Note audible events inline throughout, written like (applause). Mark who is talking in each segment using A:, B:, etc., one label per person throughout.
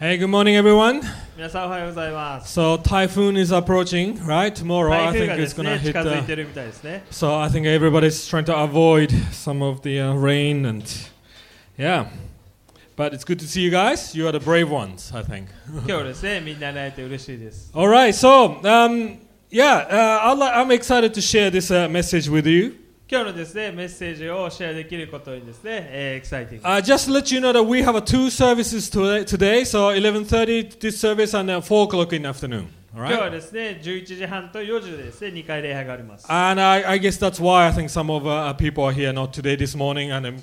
A: Hey, good morning, everyone.
B: 皆さんおはようございます。
A: So, typhoon is approaching, right? Tomorrow, I think
B: 台風がで
A: it's
B: す
A: going to
B: ね、
A: hit.
B: 近
A: uh,
B: づいてるみたいですね。
A: so, I think everybody's trying to avoid some of the uh, rain and. Yeah. But it's good to see you guys. You are the brave ones, I think.
B: 今日はですね、みんなに会えて嬉しいです。
A: All right, so, um, yeah, uh, I'll, li- I'm excited to share this uh, message with you.
B: 今日のですね、メッセージをシェアできることにですね、えーエキサイティング。
A: Uh, just to let you know that we have uh, two services today, today so 11.30 this service and uh, 4 o'clock in the afternoon. All
B: 今日
A: right?
B: はですね、11時半と4時でですね、2回礼拝があります。
A: And I, I guess that's why I think some of uh, people are here not today this morning and I'm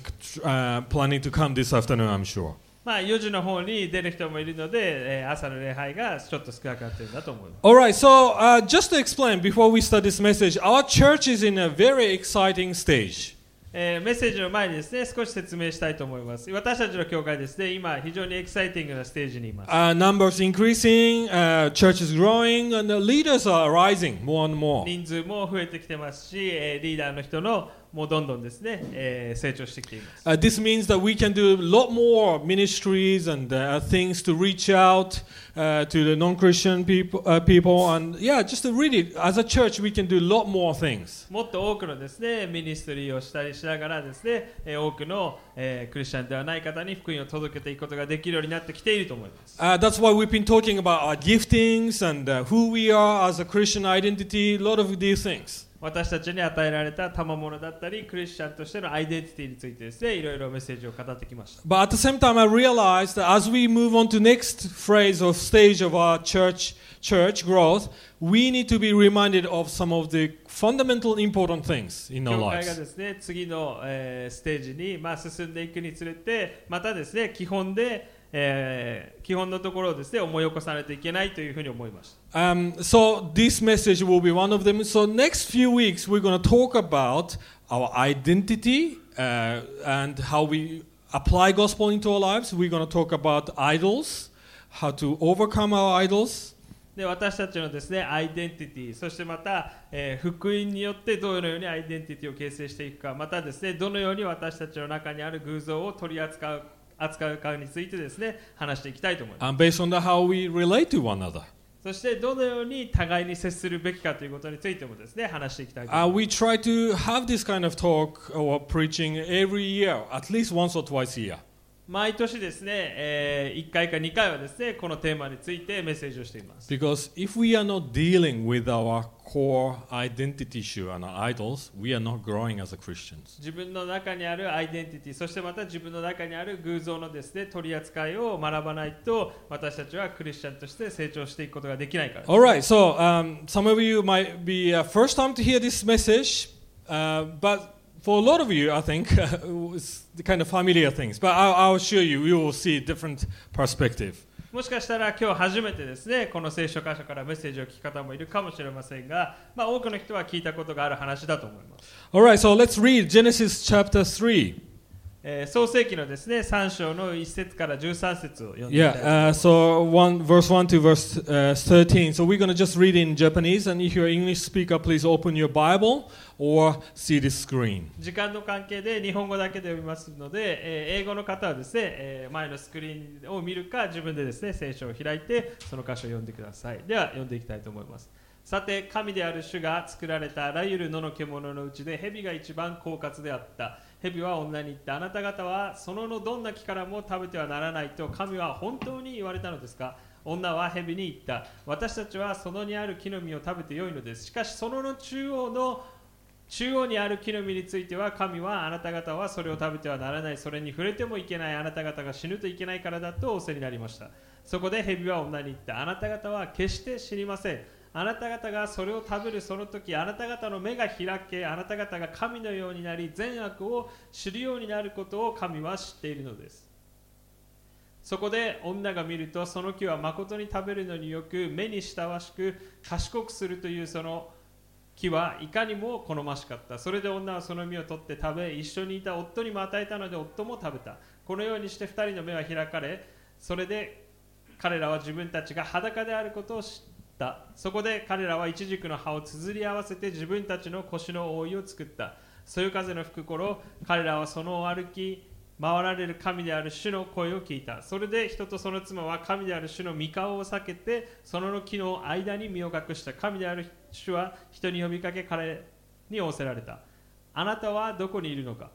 A: uh, planning to come this afternoon, I'm sure.
B: まあ、4時の方に出る人もいるので、えー朝の礼拝がちょっと少なくなってるんだと思います。
A: All right, so uh, just to explain before we start this message, our church is in a very exciting stage.
B: えーメッセージの前にですね、少し説明したいと思います。私たちの教会ですね、今、非常にエキサイティングなステージにいます。
A: Uh, numbers increasing, uh, church is growing, and the leaders are rising more and more.
B: 人数も増えてきてますし、えーリーダーの人のもうどんどんですね、えー成長してきています。
A: Uh, this means that we can do a lot more ministries and uh, things to reach out uh, to the non-Christian people, uh, people, and yeah, just to really, as a church, we can do a lot more things.
B: もっと多くのですねミニストリーをしたりしながらですね、えー多くの、えークリスチャンではない方に福音を届けていくことができるようになってきていると思います。
A: Uh, that's why we've been talking about our giftings and uh, who we are as a Christian identity, a lot of these things.
B: 私たちに与えられた賜物だったり、クリスチャンとしてのアイデンティティについてですね、いろいろメッセージを語ってきました。
A: But at the same time, I realized that as we move on to next phase of stage of our church church growth, we need to be reminded of some of the fundamental important things in
B: 教
A: our
B: 会が
A: lives.
B: ですね、次の、えーステージに、まあ、進んでいくにつれて、またですね、基本で、えー基本のところをですね、思い起こさないといけないというふうに思いました。
A: Um, so this message will be one of them. So next few weeks, we're going to talk about our identity uh, and how we apply gospel into our lives. We're going to talk about idols, how to overcome our idols.
B: で私たちのですねアイデンティティそしてまた、えー福音によってどのようにアイデンティティを形成していくかまたですねどのように私たちの中にある偶像を取り扱う扱うかについてですね話していきたいと思います
A: And based on that, how we relate to one another.
B: そしてどのように互いに接するべきかということについてもですね話していきたいと思い
A: Uh, we
B: ます
A: try to have this kind of talk or preaching every year, at least once or twice a year.
B: 毎年ですね、え1回か2回はですねこのテーマについてメッセージをしています
A: Because if we are not dealing with our core identity issue and our idols, we are not growing as a Christians.
B: 自分の中にあるアイデンティティそしてまた自分の中にある偶像のですね取り扱いを学ばないと私たちはクリスチャンとして成長していくことができないからです
A: All right, so um, some of you might be uh, first time to hear this message, uh, but for a lot of you, I think (laughs) it's the kind of familiar things. But I'll, I'll assure you, you will see different perspective.
B: もしかしたら今日初めてですねこの聖書箇所からメッセージを聞く方もいるかもしれませんが、まあ、多くの人は聞いたことがある話だと思います、
A: All right, so let's read Genesis chapter three.
B: えー創世記のですね3章の1節から13節を読んでい
A: Yeah,
B: ただきます
A: uh, so one verse one to verse uh, thirteen. So we're gonna just read in Japanese, and if you're an English speaker, please open your Bible or see the screen.
B: 時間の関係で日本語だけで読みますので、えー英語の方はですね、えー前のスクリーンを見るか自分でですね聖書を開いてその箇所を読んでくださいでは読んでいきたいと思いますさて神である主が作られたあらゆる野の獣のうちで蛇が一番狡猾であった蛇は女に言ったあなた方はそののどんな木からも食べてはならないと神は本当に言われたのですか女は蛇に言った私たちはそのにある木の実を食べてよいのですしかしそのの中央の中央にある木の実については神はあなた方はそれを食べてはならないそれに触れてもいけないあなた方が死ぬといけないからだと仰せになりましたそこで蛇は女に言ったあなた方は決して死にませんあなた方がそれを食べるその時あなた方の目が開けあなた方が神のようになり善悪を知るようになることを神は知っているのですそこで女が見るとその木は誠に食べるのによく目に親しく賢くするというその木はいかにも好ましかったそれで女はその実を取って食べ一緒にいた夫にも与えたので夫も食べたこのようにして2人の目は開かれそれで彼らは自分たちが裸であることを知ったそこで彼らはイチジクの葉をつづり合わせて自分たちの腰の覆いを作ったそよ風の吹く頃彼らはその歩き回られる神である主の声を聞いたそれで人とその妻は神である主の御顔を避けてその木の間に身を隠した神である主は人に呼びかけ彼に仰せられたあなたはどこにいるのか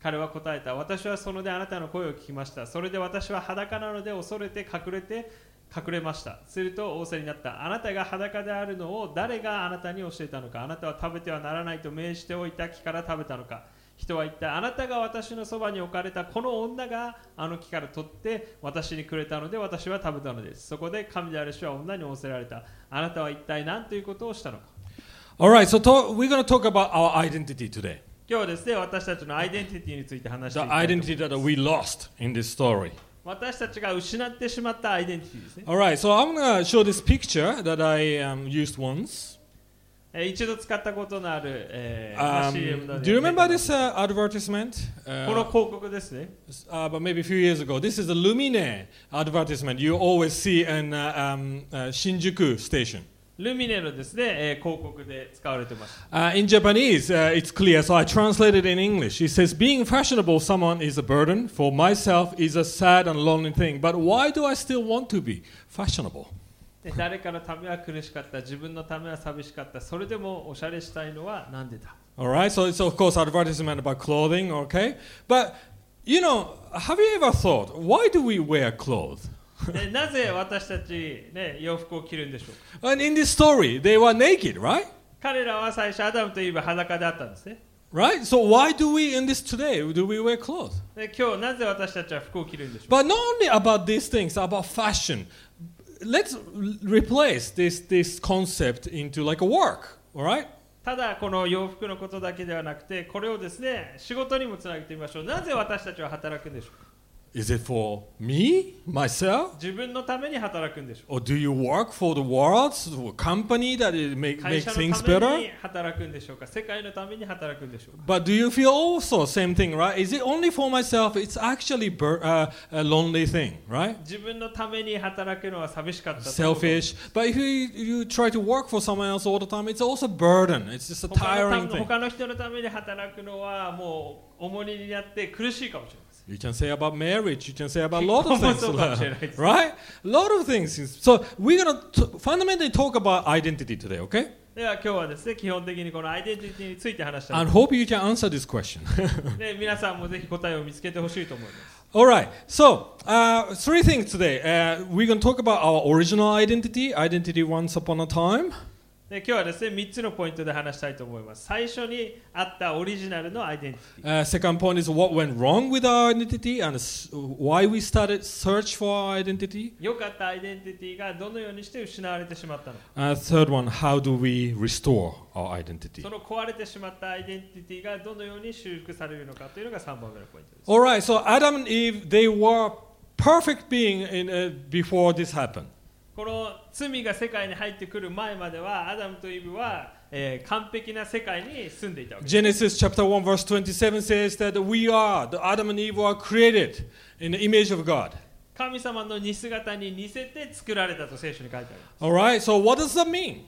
B: 彼は答えた私はそのであなたの声を聞きましたそれで私は裸なので恐れて隠れて隠れましたすると仰せになったあなたが裸であるのを誰があなたに教えたのかあなたは食べてはならないと命じておいた木から食べたのか人は言ったあなたが私のそばに置かれたこの女があの木から取って私にくれたので私は食べたのですそこで神である主は女に仰せられたあなたは一体何ということをしたのか
A: All right, so to- we're going to talk about our identity today.
B: 今日はですね私たちのアイデンティティについて話してい
A: The
B: きたいと思います
A: identity that we lost in this story.
B: 私たちが失ってしまったアイデンティティですね、
A: All right, so I'm going to show this picture that I um, used once.
B: えー一度使ったことのある、えーま
A: Um,
B: あ CM などで
A: do you remember this uh, advertisement?
B: この
A: Uh,
B: 広告ですね
A: uh, but maybe a few years ago. This is the Lumine advertisement you always see in uh, um, uh, Shinjuku station.
B: ルミネのですね、えー広告で使われてます
A: Uh, in Japanese, uh, it's clear, so I translated it in English. It says, Being fashionable someone is a burden. For myself is a sad and lonely thing. But why do I still want to be fashionable?
B: で誰かのためは苦しかった自分のためは寂しかったそれでもおしゃれしたいのはな
A: (laughs)
B: んでだ
A: All right, so it's of course advertisement about clothing, okay? But, you know, have you ever thought, why do we wear clothes?
B: でなぜ私たち、ね、洋服を着るんでしょうか
A: And in this story, they were naked, right?
B: 彼らは最初アダムといえば裸であったんですね
A: Right? So why do we, in this today, do we wear clothes?
B: で今日なぜ私たちは服を着るんでしょうか
A: But not only about these things, about fashion. Let's r- replace this this concept into like a work. All right.
B: ただこの洋服のことだけではなくてこれをですね仕事にもつなげてみましょうなぜ私たちは働くんでしょうか
A: Is it for me, myself,
B: 自分のために働くんでしょ
A: or do you work for the world, for a company that it make
B: う会
A: makes
B: 社
A: things
B: のため
A: better?
B: に働くんでしょうか世界のために働くんでしょうか
A: But do you feel also same thing, right? Is it only for myself? It's actually bur- uh, a lonely thing, right?
B: 自分のために働くのは寂しかったと思う
A: Selfish. But if you you try to work for someone else all the time, it's also a burden. It's just a
B: 他のた
A: tiring thing.
B: 他の人のために働くのはもう重荷になって苦しいかもしれません
A: You can say about marriage. You can say about a lot of
B: People
A: things,
B: also
A: (laughs) like-
B: don't share it.
A: right? A lot of things. is- So we're gonna t- fundamentally talk about identity today, okay?
B: では今日はですね基本的にこのアイデンティティについて話したい
A: And hope you can answer this question. (laughs)
B: で皆さんもぜひ答えを見つけてほしいと思います
A: All right. So uh, three things today. Uh, we're gonna talk about our original identity, identity once upon a time.
B: で今日はですね3つのポイントで話したいと思います最初にあったオリジナルのアイデンティテ
A: Uh,
B: ィ
A: second point is what went wrong with our identity and s- why we started search for our identity.
B: 良かったアイデンティティがどのようにして失われてしまったのか
A: Uh, third one, how do we restore our identity?
B: その壊れてしまったアイデンティティがどのように修復されるのかというのが3番目のポイントです
A: All right, so Adam and Eve, they were perfect being in, uh, before this happened.
B: この罪が世界に入ってくる前まではアダムとイブは、えー完璧な世界に住んでいたわけです
A: Genesis chapter 1 verse 27 says that we are, the Adam and Eve are created in the image of God.
B: 神様の似姿に似せて作られたと聖書に書いてある
A: All right, so what does that mean?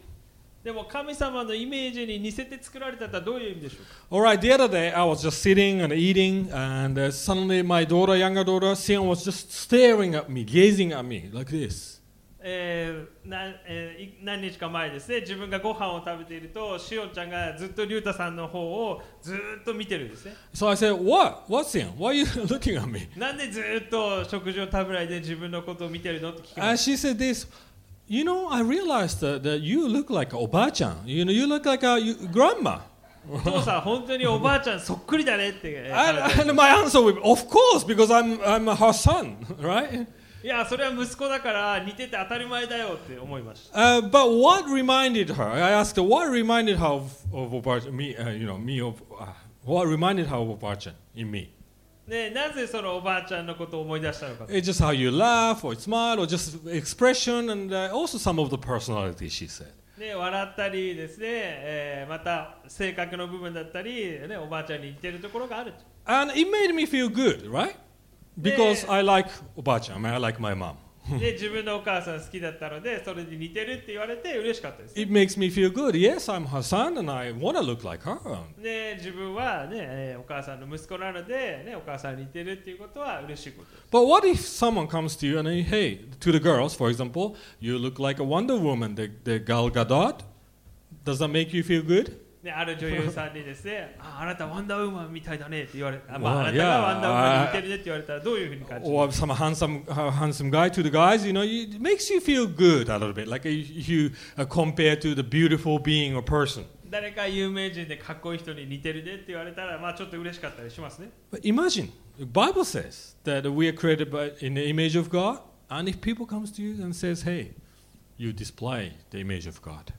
B: でも神様のイメージに似せて作られたとはどういう意味でしょうか
A: All right, the other day I was just sitting and eating and uh, suddenly my daughter, younger daughter, Sion was just staring at me, gazing at me like this.
B: えーなえーい何日か前ですね自分がご飯を食べているとしおんちゃんがずっとりゅうたさんの方をずーっと見てるんですね
A: So I said, what? What Sion? Why are you (laughs) looking at me?
B: なんでずーっと食事を食べないで自分のことを見てるのって聞きま
A: And
B: し
A: she said this, you know, I realized that, that you look like a obachan. You know, you look like a you, grandma.
B: た。お父さん、本当におばあちゃんそっくりだねって。えー彼女
A: And, and my answer would be, of course, because I'm, I'm her son, (laughs) right?
B: いや、それは息子だから似てて当たり前だよって思いました。
A: Uh, but what reminded her? I asked her, what reminded her of, of obachan, me, uh, you know, me of, uh, what reminded her of obachan in me?
B: ね、なぜそのおばあちゃんのことを思い出したのか。
A: It's just how you laugh or smile or just expression and uh, also some of the personality, she said.
B: ね、笑ったりですね、えーまた性格の部分だったり、ね、おばあちゃんに似てるところがある。
A: And it made me feel good, right? Because
B: Yeah.
A: I like obachan, I, mean, I like my mom.
B: で自分のお母さん好きだったのでそれに似てるって言われて嬉しかったです
A: It makes me feel good. Yes, I'm her son and I want to look like her.
B: で自分はね、えーお母さんの息子なので、ね、お母さんに似てるっていうことは嬉しいこと
A: But what if someone comes to you and they, hey, to the girls, for example, you look like a Wonder Woman, the, the Gal Gadot? Does that make you feel good?
B: である女優さんにですねああなたワンダーウーマンみたいだねって言われあ、ま
A: Well,
B: あ、あなたが
A: yeah,
B: ワンダーウーマンに似てるねって言われたらどういうふうに感じる
A: Or some handsome, uh, handsome guy to the guys, you know, you- it makes you feel good a little bit, like if you uh, compare to the beautiful being or person.
B: 誰か有名人でかっこいい人に似てるねって言われたらまあちょっと嬉しかったりしますね
A: But imagine, the Bible says that we are created by, in the image of God, and if people comes to you and says, hey, you display the image of God.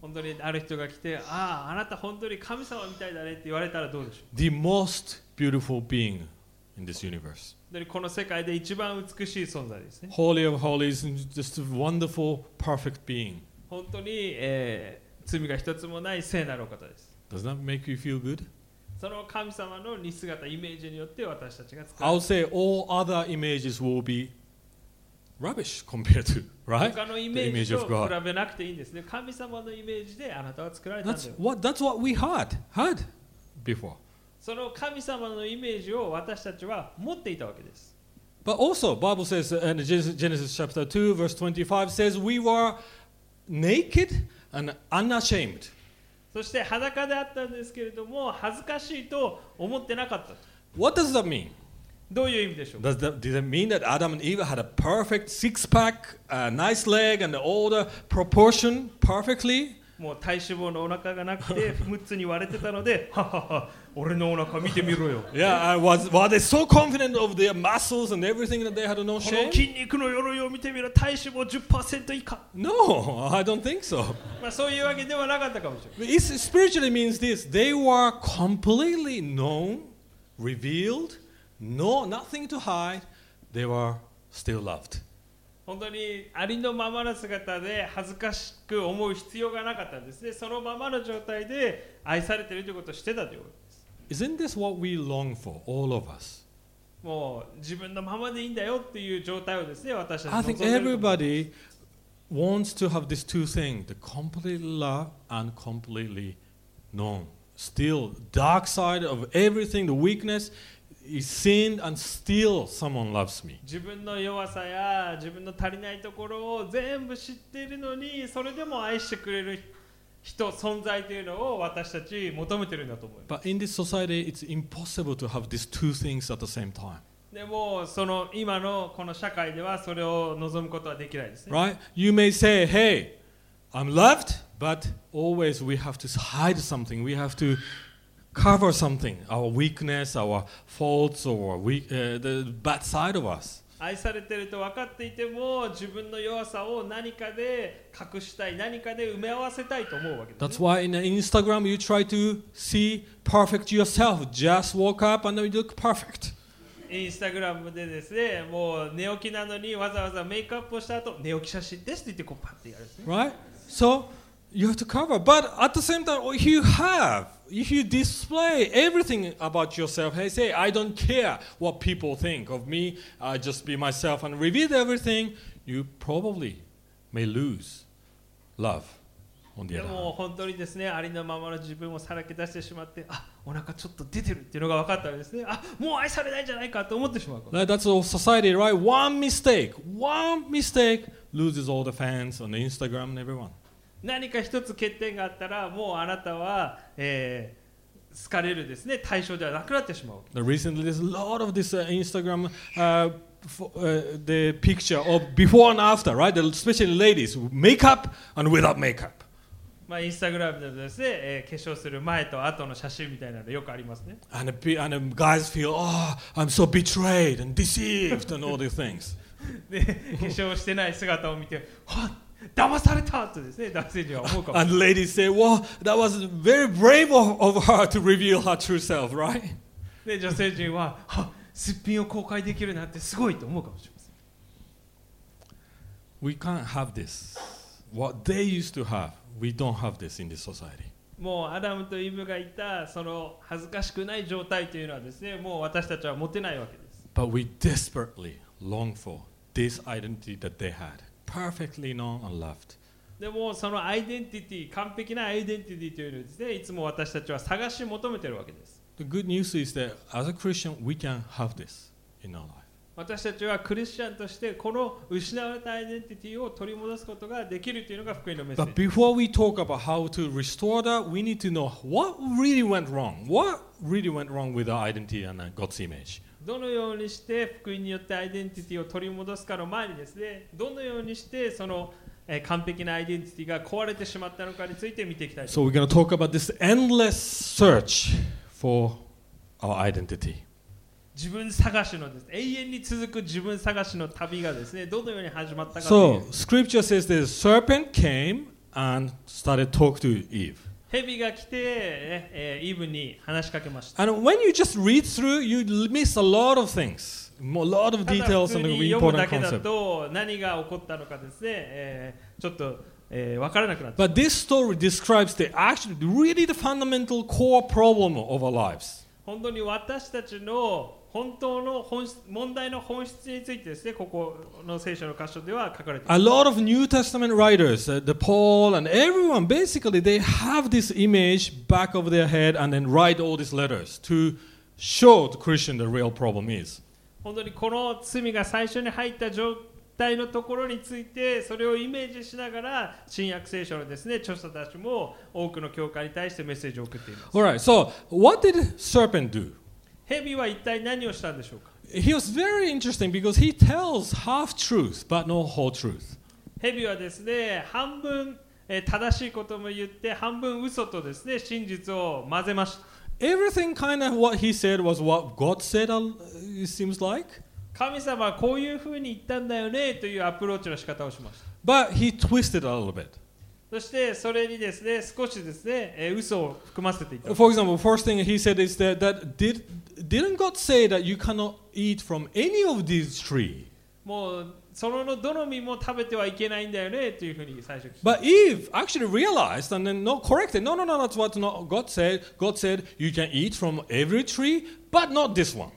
B: 本当にある人が来てあああなた本当に神様みたいだねって言われたらどうでしょう
A: the most beautiful being in this universe.
B: 本当にこの世界で一番美しい存在ですね
A: Holy of Holies, and just a wonderful, perfect being.
B: 本当に、えー罪が一つもない聖なるお方です
A: Does that make you feel good?
B: その神様の似姿イメージによって私たちが作られ
A: I'll say all other images will be rubbish (laughs) compared to,
B: る
A: right?
B: 他のイメージ
A: The
B: と
A: image of
B: 比
A: God.
B: べなくていいんですね神様のイメージであなたは作られたんだ
A: That's
B: よ
A: what that's what we had had before.
B: その神様のイメージを私たちは持っていたわけです
A: But also, Bible says in Genesis Genesis chapter 2 verse 25 says we were naked and unashamed.
B: そして裸であったんですけれども恥ずかしいと思ってなかった
A: What does that mean?
B: どういう意味でしょうか
A: Does that, did it mean that Adam and Eve had a perfect six pack, a nice leg, and all the proportion perfectly?
B: もう体脂肪のお腹がなくて6つに割れてたのでははは俺のお腹見てみろよ
A: Yeah, I was, were they so confident of their muscles and everything that they had no
B: この
A: shame?
B: 筋肉の鎧を見てみろ体脂肪10%以下、
A: No, (laughs) I don't think so.
B: まあ、そういうわけではなかったかもしれない
A: It spiritually means this they were completely known, revealed, no, nothing to hide, they were still loved.
B: 本当にありのままの姿で恥ずかしく思う必要がなかったんですねそのままの状態で愛されてるということをしてたということです
A: Isn't this what we long for, all of us?
B: もう自分のままでいいんだよっていう状態をですね私たち
A: I
B: 望んで
A: think
B: ると思います
A: everybody wants to have these two things the completely love and completely known. Still, dark side of everything, the weakness is sin, and still someone loves me.
B: 自分の弱さや自分の足りないところを全部知っているのにそれでも愛してくれる人存在というのを私たち求めてるんだと思いま
A: But in this society, it's impossible to have these two things at the same time,
B: すでもその今のこの社会ではそれを望むことはできないですね
A: right? You may say, hey, I'm loved, but always we have to hide something. We have to cover something our weakness, our faults, or we, uh, the bad side of us.
B: 愛されてると分かっていても自分の弱さを何かで隠したい何かで埋め合わせたいと思うわけです、ね
A: That's、why in Instagram you try to see perfect yourself. Just walk up and you look perfect.
B: インスタグラムでですねもう寝起きなのにわざわざメイクアップをした後寝起き写真ですって言ってこうパッてやるんですね
A: Right? So you have to cover. But at the same time, if you have, if you display everything about yourself, hey, say, I don't care what people think of me, I just be myself and reveal everything, you probably may lose love on the
B: で
A: other
B: も
A: hand.
B: 本当にですねありのままの自分をさらけ出してしまってあお腹ちょっと出てるっていうのが分かったらですねあもう愛されないんじゃないかと思ってしまうこと
A: Like, That's all society, right? One mistake, one mistake loses all the fans on Instagram and everyone.
B: 何か一つ欠点があったらもうあなたは、えー好かれるですね対象ではなくなってしまう
A: Now, recently, there's a lot of this uh, Instagram. Uh, fo- uh, the picture of before and after, right? The- Especially ladies, makeup and without makeup.
B: まあインスタグラムでもですね、えー化粧する前と後の写真みたいなのよくありますね
A: And the, pe- and the guys feel, oh, I'm so betrayed and deceived and all these things.
B: で化粧してない姿を見てはっ騙されたとですね男性には思うかも
A: And ladies say, wow, that was very brave of, of her to reveal her true self, right?
B: で女性陣ははすっぴんを公開できるなんてすごいと思うかもしれません
A: We can't have this. What they used to have, we don't have this in this society.
B: もうアダムとイブがいたその恥ずかしくない状態というのはですねもう私たちは持てないわけです
A: But we desperately long for this identity that they had perfectly known and loved.
B: でもそのアイデンティティ完璧なアイデンティティというのをですねいつも私たちは探し求めているわけです
A: The good news is that as a Christian, we can have this in our life.
B: 私たちはクリスチャンとしてこの失われたアイデンティティを取り戻すことができるというのが福音のメッセー
A: But
B: ジ
A: before we talk about how to restore that, we need to know what really went wrong. What really went wrong with our identity and uh, God's image?
B: どのようにして福音によってアイデンティティを取り戻すかの前にですねどのようにしてそのえー完璧なアイデンティティが壊れてしまったのかについて見ていきたいと
A: So we're going to talk about this endless search for our identity.
B: 自分探しのです、ね、永遠に続く自分探しの旅がですねどのように始まったかという
A: So scripture says the serpent came and started talk to Eve.
B: 蛇が来て、ええーイブに話しかけました
A: And when you just read through, you l- miss a lot of things, a lot of
B: ただ普
A: details
B: 通
A: and
B: に
A: really
B: 読むだ
A: important
B: けだ
A: concepts.
B: と何が起こったのかですね、えーちょっと、えー分からなくなってしまう
A: But this story describes the actually really the fundamental core problem of our lives.
B: 本当に私たちの本当の本質問題の本質についてですねここの聖書の箇所では書かれています
A: A lot of New Testament writers, uh, the Paul and everyone, basically they have this image back of their head and then write all these letters to show the Christian the real problem is.
B: 本当にこの罪が最初に入った状態のところについてそれをイメージしながら新約聖書のですね著者たちも多くの教会に対してメッセージを送っています
A: All right. So what did serpent do?
B: 蛇は一体何をしたんでしょうか
A: He was very interesting because he tells half truth but not whole truth.
B: 蛇はですね半分えー正しいことも言って半分嘘とですね真実を混ぜました
A: Everything kind of what he said was what God said. uh, It seems like.
B: 神様はこういうふうに言ったんだよねというアプローチの仕方をしました
A: But he twisted a little bit.
B: そしてそれにですね少しですね、えー嘘を含ませていた
A: For example, first thing he said is that, that did, didn't God say that you cannot eat from any of these tree?
B: もうそののどの実も食べてはいけないんだよねというふうに最初聞き
A: But Eve actually realized and then not corrected. No, no, no, that's what not God said. God said you can eat from every tree, but not this one.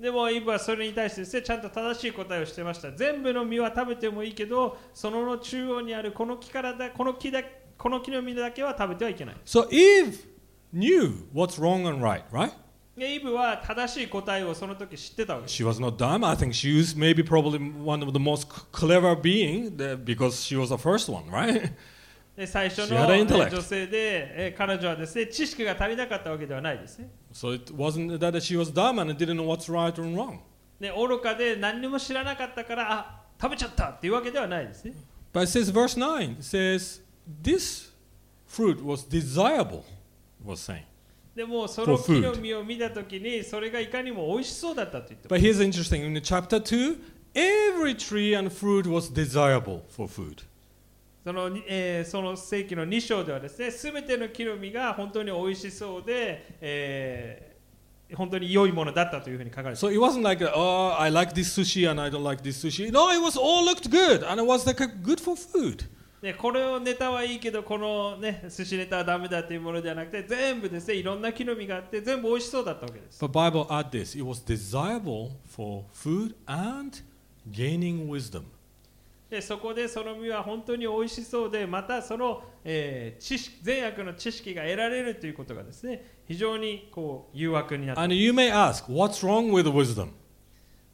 B: でもイブはそれに対してですねちゃんと正しい答えをしてました全部の実は食べてもいいけどそのの中央にあるこの木からだこの木だこの木の実だけは食べてはいけない
A: So Eve knew what's wrong and right, right?
B: でイブは正しい答えをその時知ってたわけです
A: She was not dumb. I think she was maybe probably one of the most c- clever being the- because she was the first one, right? (laughs)
B: で最初
A: She
B: の
A: had an
B: え
A: intellect.
B: ー女性で、えー彼女はですね知識が足りなかったわけではないですね
A: So it wasn't that she was dumb and didn't know what's right and wrong.
B: で愚かで何にも知らなかったからあ食べちゃったっていうわけではないですね
A: But it says, verse 9 it says, This fruit was desirable, it was saying.
B: でもその
A: For
B: 木
A: food.
B: の実を見た時にそれがいかにも美味しそうだったと言ってま
A: But
B: す
A: here's interesting in the chapter 2, every tree and fruit was desirable for food.
B: その,、えーその世紀の2章ではですね全ての木の実が本当に美味しそうで、えー本当に良いものだったというふうに書かれています
A: So it wasn't like, oh, I like this sushi and I don't like this sushi. No, it was all looked good and it was like a- good for food.
B: でこれをネタはいいけどこのね寿司ネタはダメだというものではなくて全部ですねいろんな木の実があって全部美味しそうだったわけです
A: But Bible add this, it was desirable for food and gaining wisdom.
B: でそこでその実は本当に美味しそうでまたその、えー知識善悪の知識が得られるということがですね非常にこう誘惑になって
A: And you may ask, what's wrong with wisdom?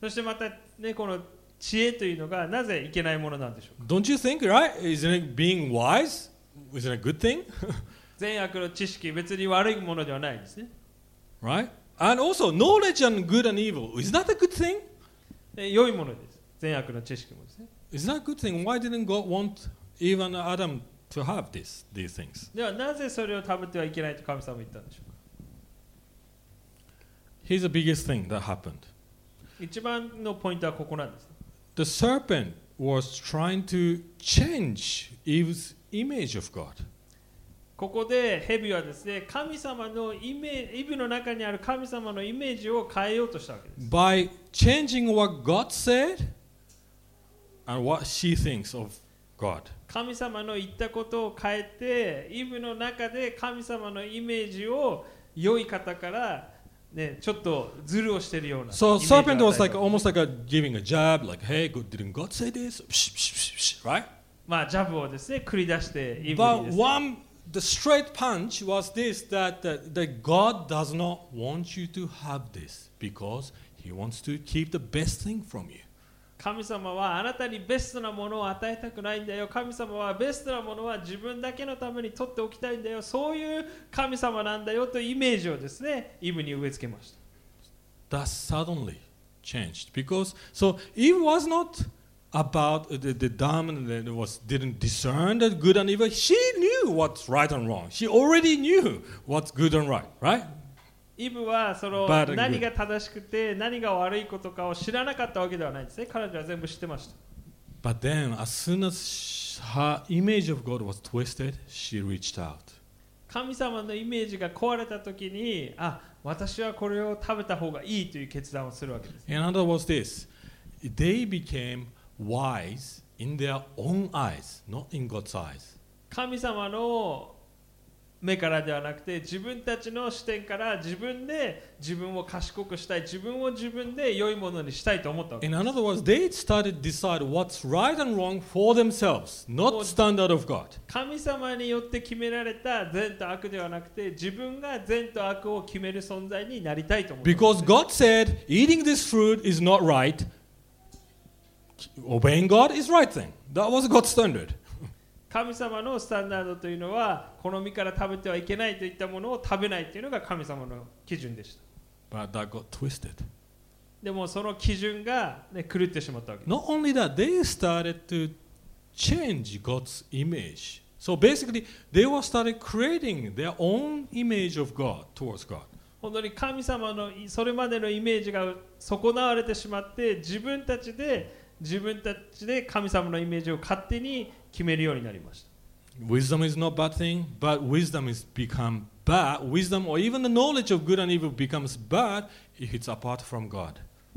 B: そしてまたねこの知恵というのがなぜいけないものなんでしょう
A: Don't you think, right? Isn't it being wise? Isn't it a good thing? (laughs)
B: 善悪の知識別に悪いものではないですね
A: right? And also, knowledge and good and evil. Is that a good thing?
B: で良いものです善悪の知識もですね
A: Is that a good thing? Why didn't God want Eve and Adam to have this, these things?
B: ではなぜそれを食べてはいけないと神様は言ったんでしょうか
A: Here's the biggest thing that happened
B: 一番のポイントはここなんです
A: the serpent was trying to change Eve's image of God.
B: ここで蛇はですね神様のイメイブの中にある神様のイメージを変えようとしたわけです
A: By changing what God said and what she thinks of God.
B: 神様の言ったことを変えてイブの中で神様のイメージを良い方からね、ちょっとズルをしてるような。
A: So
B: イメージを
A: serpent was
B: 与え
A: like
B: た
A: almost like a giving a jab, like, hey, good, didn't God say this? Psh, psh, psh, psh, right?
B: まあ、ジャブをですね、繰り出して、イブに
A: But
B: ですね
A: one, the straight punch was this that, uh, that God does not want you to have this because He wants to keep the best thing from you.
B: 神様はあなたにベストなものを与えたくないんだよ。神様はベストなものは自分だけのために取っておきたいんだよ。そういう神様なんだよというイメージをですね、イブに植え付けました。
A: That suddenly changed because so it was not about uh, the, the diamond that was didn't discern the good and evil. She knew what's right and wrong. She already knew what's good and right, right?
B: イブはその
A: Bad and good.
B: 何が正しくて何が悪いことかを知らなかったわけではないんですね。彼女は全部知ってました。
A: But then, as soon as her image of God was twisted, she reached out.
B: 神様のイメージが壊れた時に、あ、私はこれを食べた方がいいという決断をするわけです。
A: In other words, this they became wise in their own eyes, not in God's eyes.
B: 神様の目からではなくて自分たちの視点から自分で自分を賢くしたい自分を自分で良いものにしたいと思ったわけ
A: In other words, they started to decide what's right and wrong for themselves, not standard of God.
B: 神様によって決められた善と悪ではなくて自分が善と悪を決める存在になりたいと思ったわけ
A: Because God said eating this fruit is not right, obeying God is right thing. That was God's standard.
B: 神様のスタンダードというのはこの実から食べてはいけないといったものを食べないというのが神様の基準でした
A: But that got twisted.
B: でもその基準が、ね、狂ってしまったわけ
A: Not only that, they started to change God's image. So basically, they were started creating their own image of God towards God.
B: 本当に神様のいそれまでのイメージが損なわれてしまって自分たちで自分たちで神様のイメージを勝手に決めるようになりました
A: Wisdom is not bad thing, but wisdom is become bad. Wisdom or even the knowledge of good and evil becomes bad if it's apart from God.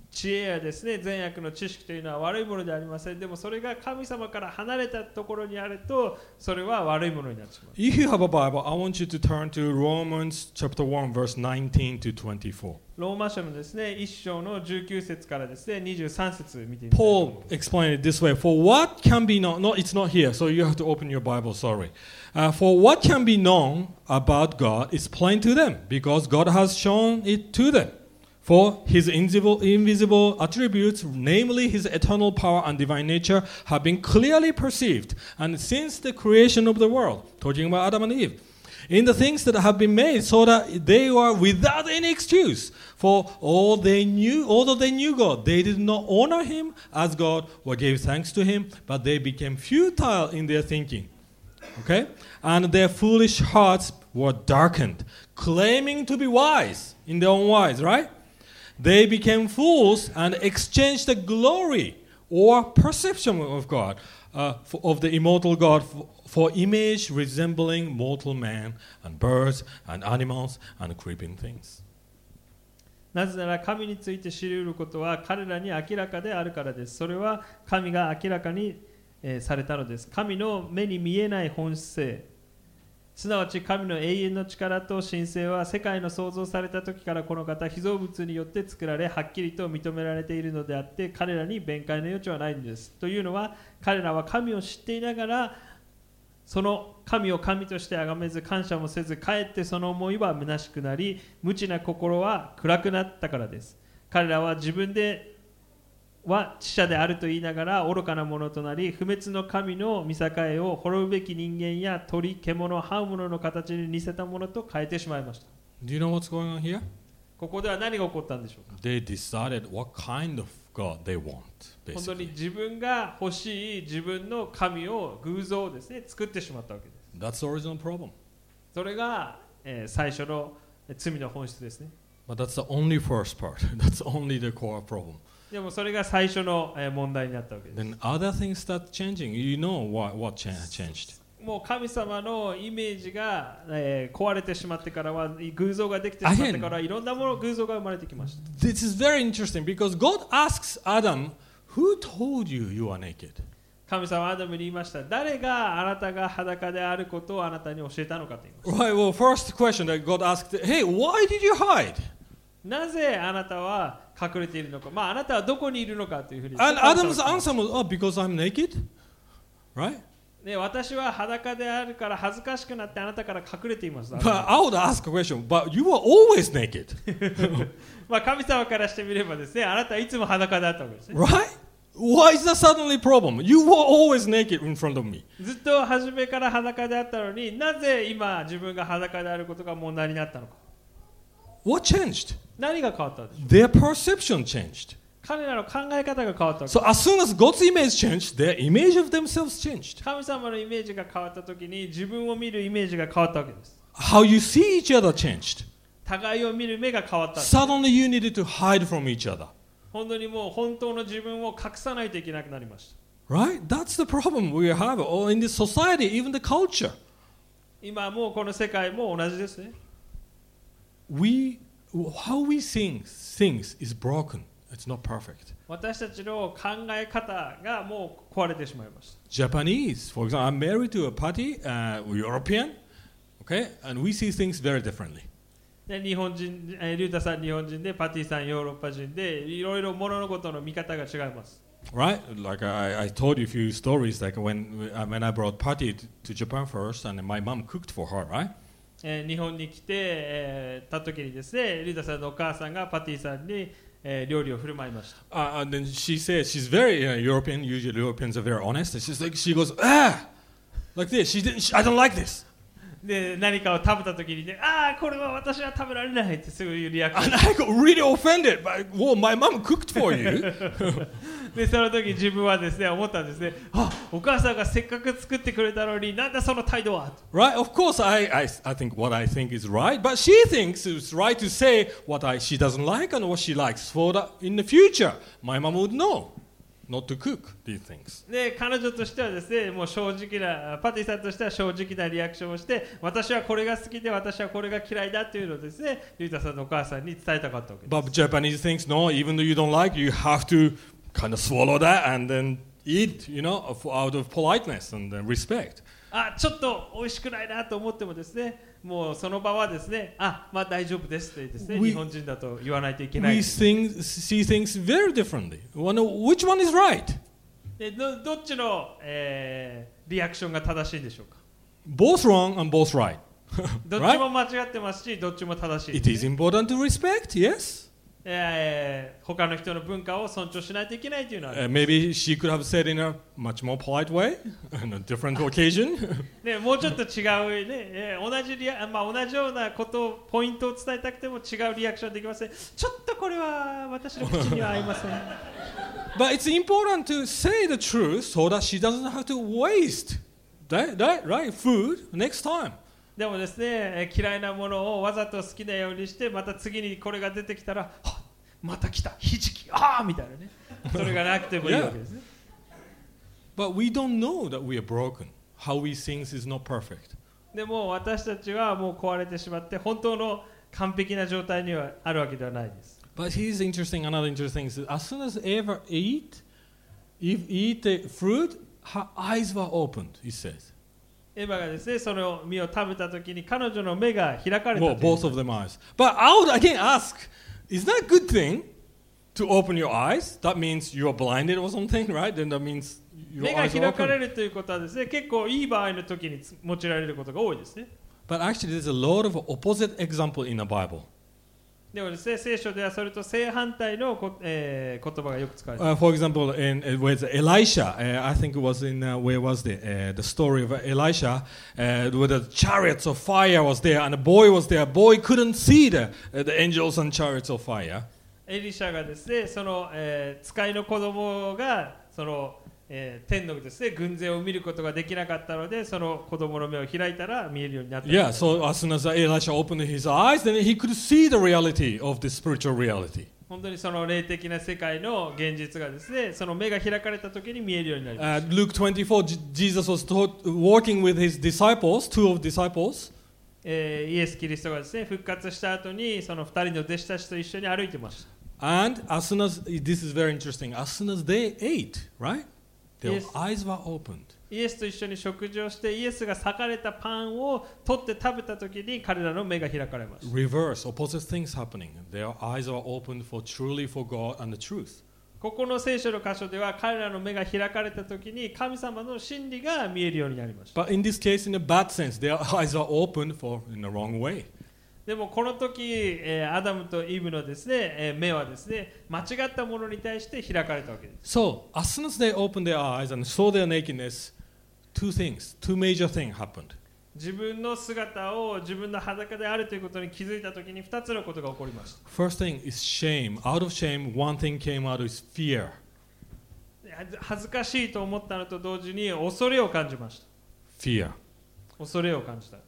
B: 知恵やですね善悪の知識というのは悪いものではありませんでもそれが神様から離れたところにあるとそれは悪いものになってしまう
A: If you have a Bible, I want you to turn to Romans chapter 1 verse 19 to 24.
B: ローマ書のですね1章の19節からですね23節見てみたいと思います
A: Paul explained it this way For what can be known, no, it's not here, so you have to open your Bible, sorry. Uh, For what can be known about God is plain to them, because God has shown it to them. For his invisible, invisible attributes, namely his eternal power and divine nature, have been clearly perceived, and since the creation of the world, talking about Adam and Eve, in the things that have been made, so that they were without any excuse. For all they knew, although they knew God, they did not honor Him as God or gave thanks to Him, but they became futile in their thinking. Okay, and their foolish hearts were darkened, claiming to be wise in their own wise, right? They became fools and exchanged the glory or perception of God, uh, for, of the immortal God, for, for image resembling mortal man and birds and animals and creeping things.
B: なぜなら神について知り得ることは彼らに明らかであるからです。それは神が明らかに、えーされたのです。神の目に見えない本質性、すなわち神の永遠の力と神性は世界の創造された時からこの方、被造物によって作られ、はっきりと認められているのであって、彼らに弁解の余地はないんです。というのは、彼らは神を知っていながら、その神を神として崇めず感謝もせずかえってその思いは虚しくなり無知な心は暗くなったからです彼らは自分では知者であると言いながら愚かなものとなり不滅の神の見境を滅ぶべき人間や鳥獣刃物の形に似せたものと変えてしまいました
A: Do you know what's going on here?
B: ここでは何が起こったんでしょうか
A: They decided what kind of God they want,
B: 本当に
A: basically.
B: 自分が欲しい自分の神を偶像ですね作ってしまったわけで
A: That's
B: す
A: the original problem.
B: それが、えー最初のえー罪の本質ですね
A: But that's the only first part. (laughs) That's only the core problem.
B: でもそれが最初のえー問題になったわけです。
A: Then other things start changing. You know what, what cha- changed.
B: もう神様のイメージが、えー壊れてしまってからは偶像ができてし
A: あ
B: ま
A: 変
B: ってからいろんなもの偶像が生まれてきました。
A: This is very interesting because God asks Adam, Who told you you are naked?
B: 神様はアダムに言いました。誰があなたが裸であることをあなたに教えたのかと言いま
A: Right, well, first question that God asked, Hey, why did you hide?
B: すなぜあなたは隠れているのか、まあ、あなたはどこにいるのかというふうに。
A: And
B: 神様
A: Adam's answer was, oh, because I'm naked. Right?
B: ね、私は裸であるから恥ずかしくなってあなたから隠れています。
A: But I would ask a question, but you were always (laughs) naked.
B: (laughs) まあ、神様からしてみればですね、あなたはいつも裸だったわけですね。
A: Right? Why is that suddenly a problem? You were always naked in front of me.
B: ずっと初めから裸であったのになぜ今自分が裸であることが問題になったのか。
A: What changed?
B: 何が変わったんでしょう
A: Their perception changed.
B: 彼らの考え方が変わったわけです
A: So as soon as God's image changed, their image of themselves changed.
B: 神様のイメージが変わった時に自分を見るイメージが変わったわけです
A: How you see each other changed.
B: 互いを見る目が変わったんです
A: Suddenly you needed to hide from each other.
B: 本当にもう本当の自分を隠さないといけなくなりました
A: Right? That's the problem we have all in this society, even the culture.
B: 今もうこの世界も同じですね
A: We how we think things is broken. It's not perfect.
B: 私たちの考え方がもう壊れてしまいまし
A: Japanese, for example, I'm married to a party, uh, European, okay, and we see things very differently.
B: たで日本人、えー、リュウタさん日本人でパティさんヨーロッパ人でいろいろ物のことの見方が違います
A: Right? Like I, I told you a few stories, like when, uh, when I brought party to, to Japan first, and my mom cooked for her, right?
B: えー日本に来て、えーた時にですねリュウタさんのお母さんがパティさんに、えー料理を振る舞いました
A: Uh, and then she said, she's very uh, European, usually Europeans are very honest, and she's like, she goes, ah! Like this, she didn't, she, I don't like this. (laughs)
B: で何かを食べた時にねああこれは私は食べられないってすぐいうリアクシ
A: (laughs)
B: ョ
A: And I got really offended. By, well, my mom cooked for you.
B: ンでその時自分はですね思ったんですねあお母さんがせっかく作ってくれたのになんだその態度は
A: right? Of course, I, I, I think what I think is right, but she thinks it's right to say what I, she doesn't like and what she likes. For the, in the future, my mom would know not to cook these things.
B: で彼女としてはですねもう正直なパティさんとしては正直なリアクションをして私はこれが好きで私はこれが嫌いだというのをですねリュウタさんのお母さんに伝えたかったわけです
A: But Japanese thinks, no, even though you don't like, you have to kind of swallow that and then eat, you know, of- out of politeness and uh, respect.
B: あちょっと美味しくないなと思ってもですねもうその場はですねあまあ大丈夫ですってですね
A: We-
B: 日本人だと言わないといけない
A: We think, see things very differently. Wonder which one is right?
B: でどどっちの、えーリアクションが正しいんでしょうか
A: Both wrong and both right.
B: どっちも間違ってますしどっちも正しい
A: It is important to respect, yes.
B: えー他の人の文化を尊重しないといけないというのは、
A: Uh, maybe she could have said in a much more polite way (laughs) on a different occasion. (laughs)
B: ね、もうちょっと違う、ねえー同じリアあまあ、同じようなことをポイントを伝えたくても違うリアクションできませんちょっとこれは私の口には合いません
A: but it's important to say the truth so that she doesn't have to waste that, that right food next time.
B: でもですねえー嫌いなものをわざと好きなようにしてまた次にこれが出てきたらはっまた来たひじきああみたいなねそれがなくてもいいわけですね
A: But we don't know that we are broken. How we sing is not perfect.
B: でも私たちはもう壊れてしまって本当の完璧な状態にはあるわけではないです。
A: But here's interesting. Another interesting thing is as soon as Eva eat, if eat the fruit, her eyes were opened. He says.
B: エヴァがですね、その実を食べた時に彼女の目が開かれた
A: Well,
B: という
A: both of them eyes. But I would again ask, is that a good thing to open your eyes? That means you are blinded or something, (laughs) right? Then that means your
B: 目が
A: eyes are
B: 開かれ
A: open.
B: るということはですね、結構いい場合の時につ用いられることが多いですね。
A: But actually, there's a lot of opposite example in the Bible.
B: でもですね、聖書ではそれと正反対のこ、えー言葉がよく使われていま
A: Uh,
B: す。
A: for example, in uh, with Elisha, uh, I think it was in uh, where was the uh, the story of Elisha, uh, where the chariots of fire was there, and a boy was there. A boy couldn't see the uh, the angels and chariots of fire.
B: エリシャがですね、その、えー使いの子供がその、えー天のですね、軍勢を見ることができなかったので、その子供の目を開いたら見えるようになった。
A: Yeah, so as soon as Elisha opened his eyes, then he could see the reality of the spiritual reality.
B: 本当にその霊的な世界の現実がですねその目が開かれた時に見えるようになります
A: Uh, Luke 24, J- Jesus was taught, walking with his disciples, two of disciples,
B: えーイエス・キリストがですね復活した後にその2人の弟子たちと一緒に歩いてました
A: and as soon as, this is very interesting, as soon as they ate, right? Their
B: Yes.
A: eyes were opened.
B: イエスと一緒に食事をしてイエスが裂かれたパンを取って食べた時に彼らの目が開かれました
A: Reverse, opposite things happening. Their eyes were opened for truly for God and the truth.
B: ここの聖書の箇所では彼らの目が開かれた時に神様の真理が見えるようになりました
A: But in this case, in a bad sense, their (laughs) eyes were opened for in the wrong way.
B: でもこの時、えーアダムとイブのですね、えー目はですね間違ったものに対して開かれたわけです
A: So as soon as they opened their eyes and saw their nakedness, two things, two major things happened.
B: 自分の姿を自分の裸であるということに気づいた時に2つのことが起こりました
A: First thing is shame. Out of shame, one thing came out is fear.
B: ではず恥ずかしいと思ったのと同時に恐れを感じました
A: Fear.
B: 恐れを感じたんで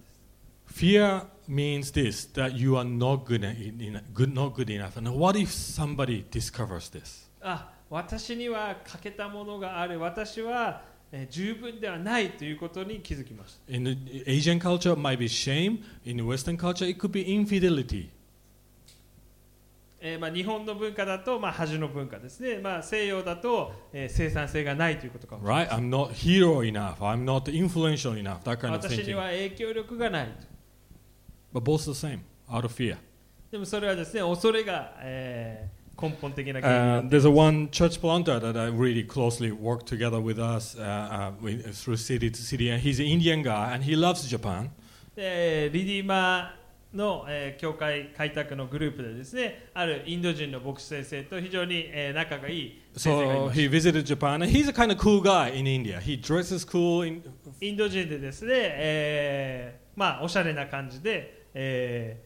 B: す
A: Fear means this that you are not good, en- en- good, not good enough. And what if somebody discovers this?
B: あ私には欠けたものがある私は、えー十分ではないということに気づきました
A: In the Asian culture, it might be shame. In the Western culture, it could be infidelity.
B: えーまあ、日本の文化だと、まあ、恥の文化ですね、まあ、西洋だと、えー生産性がないということかもしれない
A: Right? I'm not hero enough. I'm not influential enough. That kind of
B: 私に
A: thinking.
B: は影響力がないと
A: But both the same, out of fear.
B: でもそれはですね恐れが、えー根本的な原因な
A: Uh,
B: んで
A: there's a one church planter that I really closely worked together with us uh, uh, with, through city to city, and he's an Indian guy, and he loves Japan.
B: でえーリディーマーの、えー教会開拓のグループでですねあるインド人の牧師先生と非常に、えー仲がいい先生がい
A: So
B: ま
A: he
B: し
A: visited Japan, and he's a kind of cool guy in India. He dresses cool. In,
B: たインド人でですね、えーまあおしゃれな感じで、え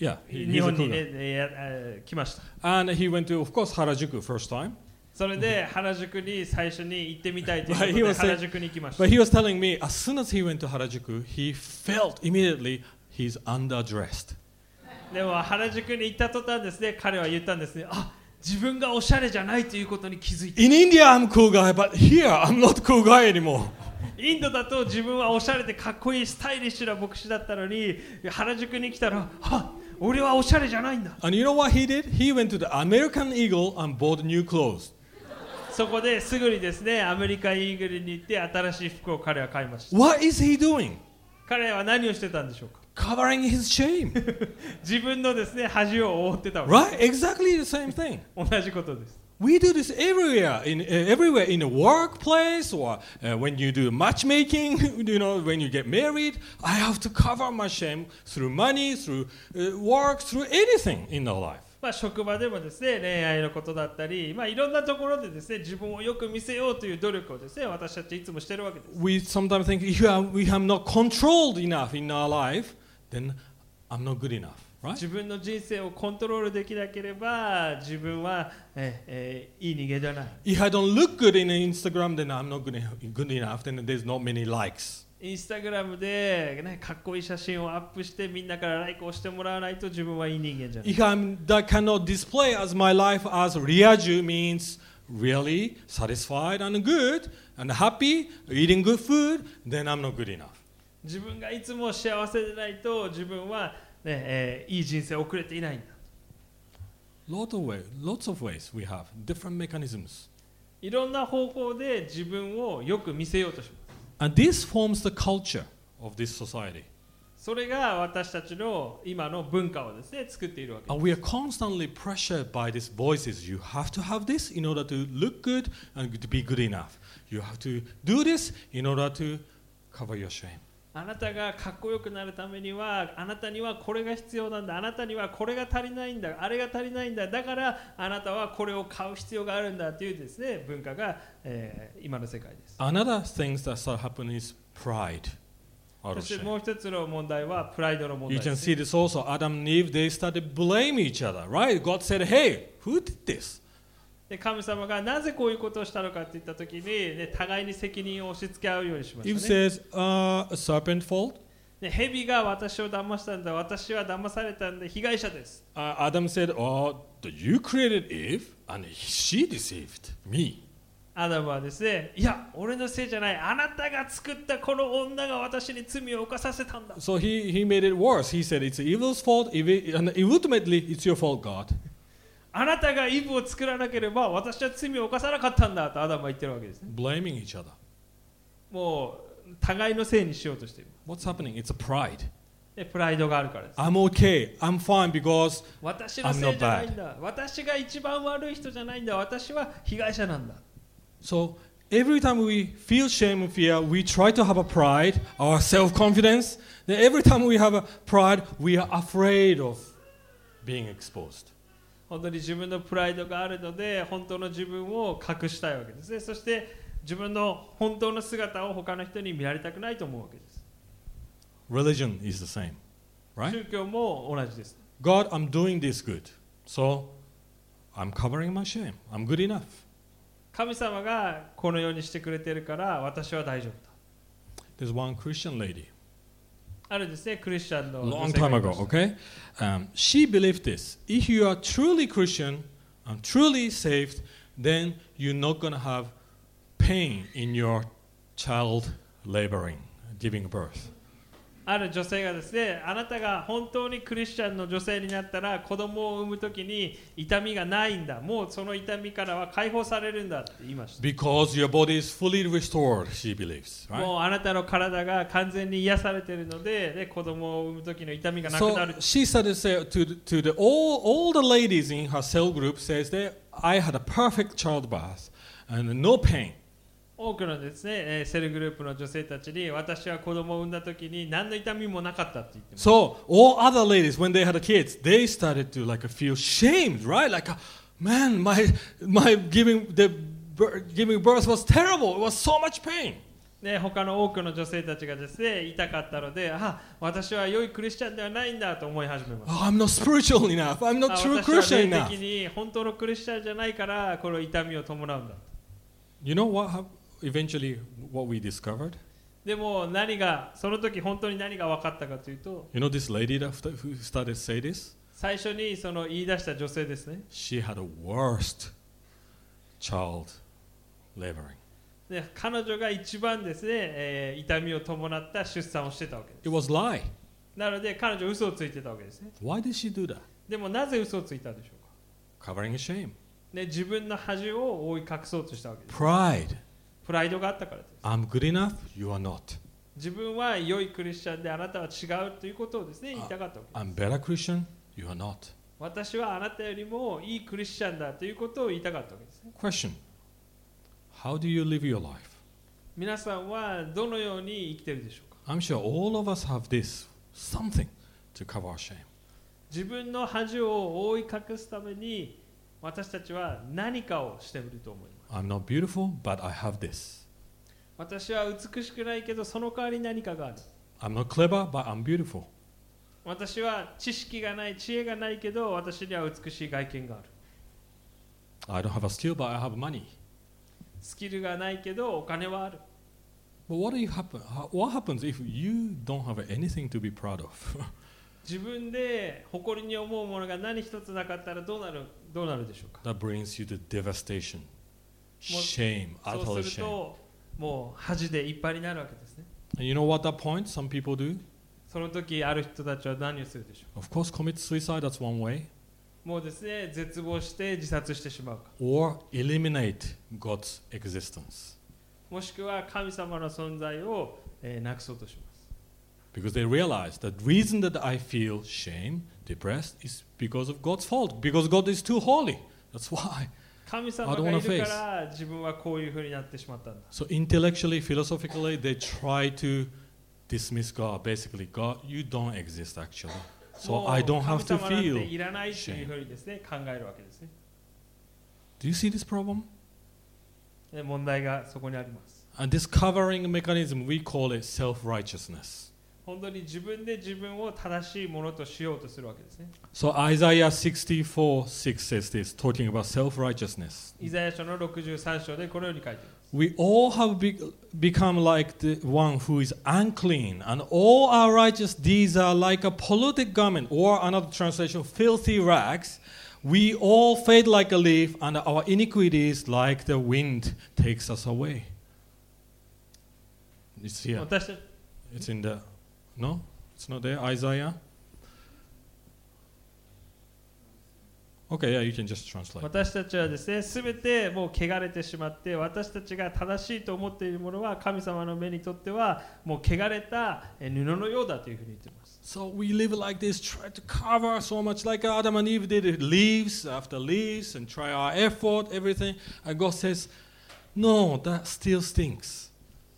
A: yeah,
B: ー
A: he, he's
B: 日
A: a
B: 本
A: cool
B: に、ね
A: guy.
B: えーやえー来ました
A: And he went to, of course, Harajuku first time.
B: それで原宿に最初に行ってみたいということ
A: But he
B: で
A: was saying-
B: 原宿に行きました
A: But he was telling me as soon as he went to Harajuku, he felt immediately he's underdressed.
B: でも原宿に行った途端ですね彼は言ったんですねあ自分がおしゃれじゃないということに気づいた
A: In India, I'm cool guy, but here I'm not cool guy anymore.
B: インドだと自分はおしゃれでかっこいいスタイリッシュな牧師だったのに原宿に来たらあ俺はおしゃれじゃないんだ
A: And you know what he did? He went to the American Eagle and bought new clothes.
B: そこですぐにですねアメリカイーグルに行って新しい服を彼は買いました
A: What is he doing?
B: 彼は何をしてたんでしょうか
A: Covering his shame. (laughs)
B: 自分のですね恥を覆ってたわ
A: right? Exactly the same thing.
B: け同じことです
A: We do this everywhere in uh, everywhere in the workplace or uh, when you do matchmaking, (laughs) you know, when you get married, I have to cover my shame through money, through uh, work, through anything in our life.
B: まあ、職場でもですね恋愛のことだったり、まあ、いろんなところでですね自分をよく見せようという努力をですね私たちいつもしてるわけです
A: We sometimes think (laughs) if I- we have not controlled enough in our life, then I'm not good enough, right?
B: 自分の人生をコントロールできなければ自分は、ええいい人間じゃない
A: If I don't look good in Instagram, then I'm not good, en- good enough, then there's not many likes.
B: インスタグラムで、ね、かっこいい写真をアップしてみんなからライクをしてもらわないと自分はいい人間じゃない
A: If I'm, I cannot display as my life as Ryaju means really satisfied and good and happy, eating good food, then I'm not good enough.
B: 自分がいつも幸せでないと自分は、ねえーいい人生を送れていないんだ
A: Lot of way, lots of ways we have different mechanisms.
B: いろんな方向で自分をよく見せようとします
A: And this forms the culture of this society.
B: それが私たちの今の文化をですね作っているわけです
A: And we are constantly pressured by these voices. You have to have this in order to look good and to be good enough. You have to do this in order to cover your shame.
B: あなたがかっこよくなるためにはあなたにはこれが必要なんだあなたにはこれが足りないんだあれが足りないんだだからあなたはこれを買う必要があるんだというですね文化が、えー今の世界です
A: Another thing that start happening is pride. Out
B: そ
A: of
B: して
A: shame.
B: もう一つの問題はプライドの問
A: You
B: 題
A: can
B: です
A: see this also. Adam and Eve, they started blame each other, right? God said, hey, who did this?
B: で神様がなぜこういうことをしたのかといった時に、ね、互いに責任を押し付け合うようにしま
A: Eve
B: したね
A: says, uh, a serpent fault.
B: で蛇が私を騙したんだ私は騙されたんで被害者です
A: Uh, Adam said, oh, you created Eve and she deceived me.
B: アダムはですね、いや、俺のせいじゃない、あなたが作ったこの女が私に罪を犯させたんだ。
A: So he, he made it worse. He said, It's evil's fault, evi- and ultimately, it's your fault, God.
B: あなたがイブを作らなければ私は罪を犯さなかったんだとアダムは言ってるわけですね
A: blaming each other.
B: もう互いのせいにしようとしている
A: What's happening? It's a pride.
B: でプライドがあるからです
A: I'm okay. I'm fine because
B: 私のせいじゃないんだ私が一番悪い人じゃないんだ私は被害者なんだ
A: so every time we feel shame and fear, we try to have a pride, our self-confidence. Then every time we have a pride, we are afraid of being exposed.
B: 本当に自分のプライドがあるので本当の自分を隠したいわけですねそして自分の本当の姿を他の人に見られたくないと思うわけです、
A: Religion is the same, right?
B: 宗教も同じです
A: God, I'm doing this good, so I'm covering my shame. I'm good enough.
B: 神様がこのようにしてくれてるから私は大丈夫だ
A: There's one Christian lady,
B: あるですねクリスチャンの
A: long time ago, okay? Um, she believed this. If you are truly Christian and truly saved, then you're not going to have pain in your child laboring, giving birth.
B: ある女性がですねあなたが本当にクリスチャンの女性になったら子供を産む時に痛みがないんだもうその痛みからは解放されるんだって言いました
A: Because your body is fully restored, she believes, right?
B: もうあなたの体が完全に癒されているのでで子供を産む時の痛みがなくな
A: So
B: る
A: she started to say to, the- to the, all, all the ladies in her cell group says that I had a perfect childbirth and no pain.
B: 多くのですねえーセルグループの女性たちに私は子供を産んだ時に何の痛みもなかったって言ってます
A: So all other ladies, when they had kids, they started to like feel shamed, right? Like, uh, man, my my giving the bir- giving birth was terrible. It was so much pain.
B: ね、他の多くの女性たちがですね痛かったのであ私は良いクリスチャンではないんだと思い始めます
A: Oh, I'm not spiritual enough. I'm
B: あ
A: not
B: 私
A: true
B: は
A: Christian
B: 霊
A: enough.
B: 的に本当のクリスチャンじゃないからこの痛みを伴うんだ
A: You know what? hap- Eventually, what we discovered.
B: でも何がその時本当に何が分かったかというと
A: You know this lady that after- who started to say this.
B: 最初にその言い出した女性ですね
A: She had a worst child laboring.
B: で彼女が一番ですね、えー痛みを伴った出産をしてたわけで
A: It was lie.
B: すなので彼女嘘をついてたわけですね
A: Why did she do that?
B: でもなぜ嘘をついたんでしょうか
A: Covering a shame,
B: で自分の恥を覆い隠そうとしたわけです
A: pride.
B: プライドがあったからです
A: I'm good enough. You are not.
B: 自分は良いクリスチャンであなたは違うということをですね
A: あ
B: 言いたかったわけ
A: I'm better Christian, you are not.
B: 私はあなたよりもいいクリスチャンだということを言いたかったわけですね
A: Question How do you live your life?
B: 皆さんはどのように生きてるでしょうか
A: I'm sure all of us have this something to cover our shame.
B: 自分の恥を覆い隠すために私たちは何かをしてみると思います
A: I'm not beautiful, but I have this.
B: 私は美しくないけどその代わり何かがある
A: I'm not clever, but I'm beautiful.
B: 私は知識がない知恵がないけど私には美しい外見が
A: I
B: ある
A: don't have a skill, but I have money.
B: スキルがないけどお金はある
A: But what, do you happen, how- what happens if you don't have anything to be proud of?
B: 自分で誇りに思うものが何一つなかったらどうなるどうなるでしょうか
A: that brings you to devastation,
B: Well,
A: shame,
B: そう
A: utter
B: する
A: shame.
B: ともう恥でいっぱいになるわけですね
A: And you know what that point some people do?
B: その時ある人たちは何をするでしょ
A: Of course, commit suicide, that's one way.
B: うもうですね絶望して自殺してしまうか
A: or eliminate God's existence
B: もしくは神様の存在を、えーなくそうとします
A: because they realize that the reason that I feel shame, depressed is because of God's fault because God is too holy. That's why.
B: 神様がいるから自分はこういうふうになってしまったんだ
A: So intellectually, philosophically, they try to dismiss God. Basically, God, you don't exist actually. So
B: もう
A: I don't have to
B: 神様なんて
A: feel.
B: いらないというふうにですね考えるわけですね
A: Do you see this problem?
B: で問題がそこにあります
A: And this covering mechanism, we call it self-righteousness.
B: 本当に自分で自分を正しいものとしようとするわけですね
A: So Isaiah 64, 6 says this, talking about self-righteousness.
B: イザヤ書の63章でこのように書いてある
A: We all have be- become like the one who is unclean, and all our righteous deeds are like a polluted garment, or another translation, filthy rags. We all fade like a leaf, and our iniquities, like the wind, takes us away. It's here.
B: 私たち
A: It's in the. No, it's not there. Isaiah. Okay, yeah, you can just translate.
B: 私たちはですね、すべてもう汚れてしまって、私たちが正しいと思っているものは、神様の目にとっては、もう汚れたえー布のようだというふうに言っています。
A: So we live like this, try to cover so much like Adam and Eve did, leaves after leaves, and try our effort, everything. And God says, No, that still stinks.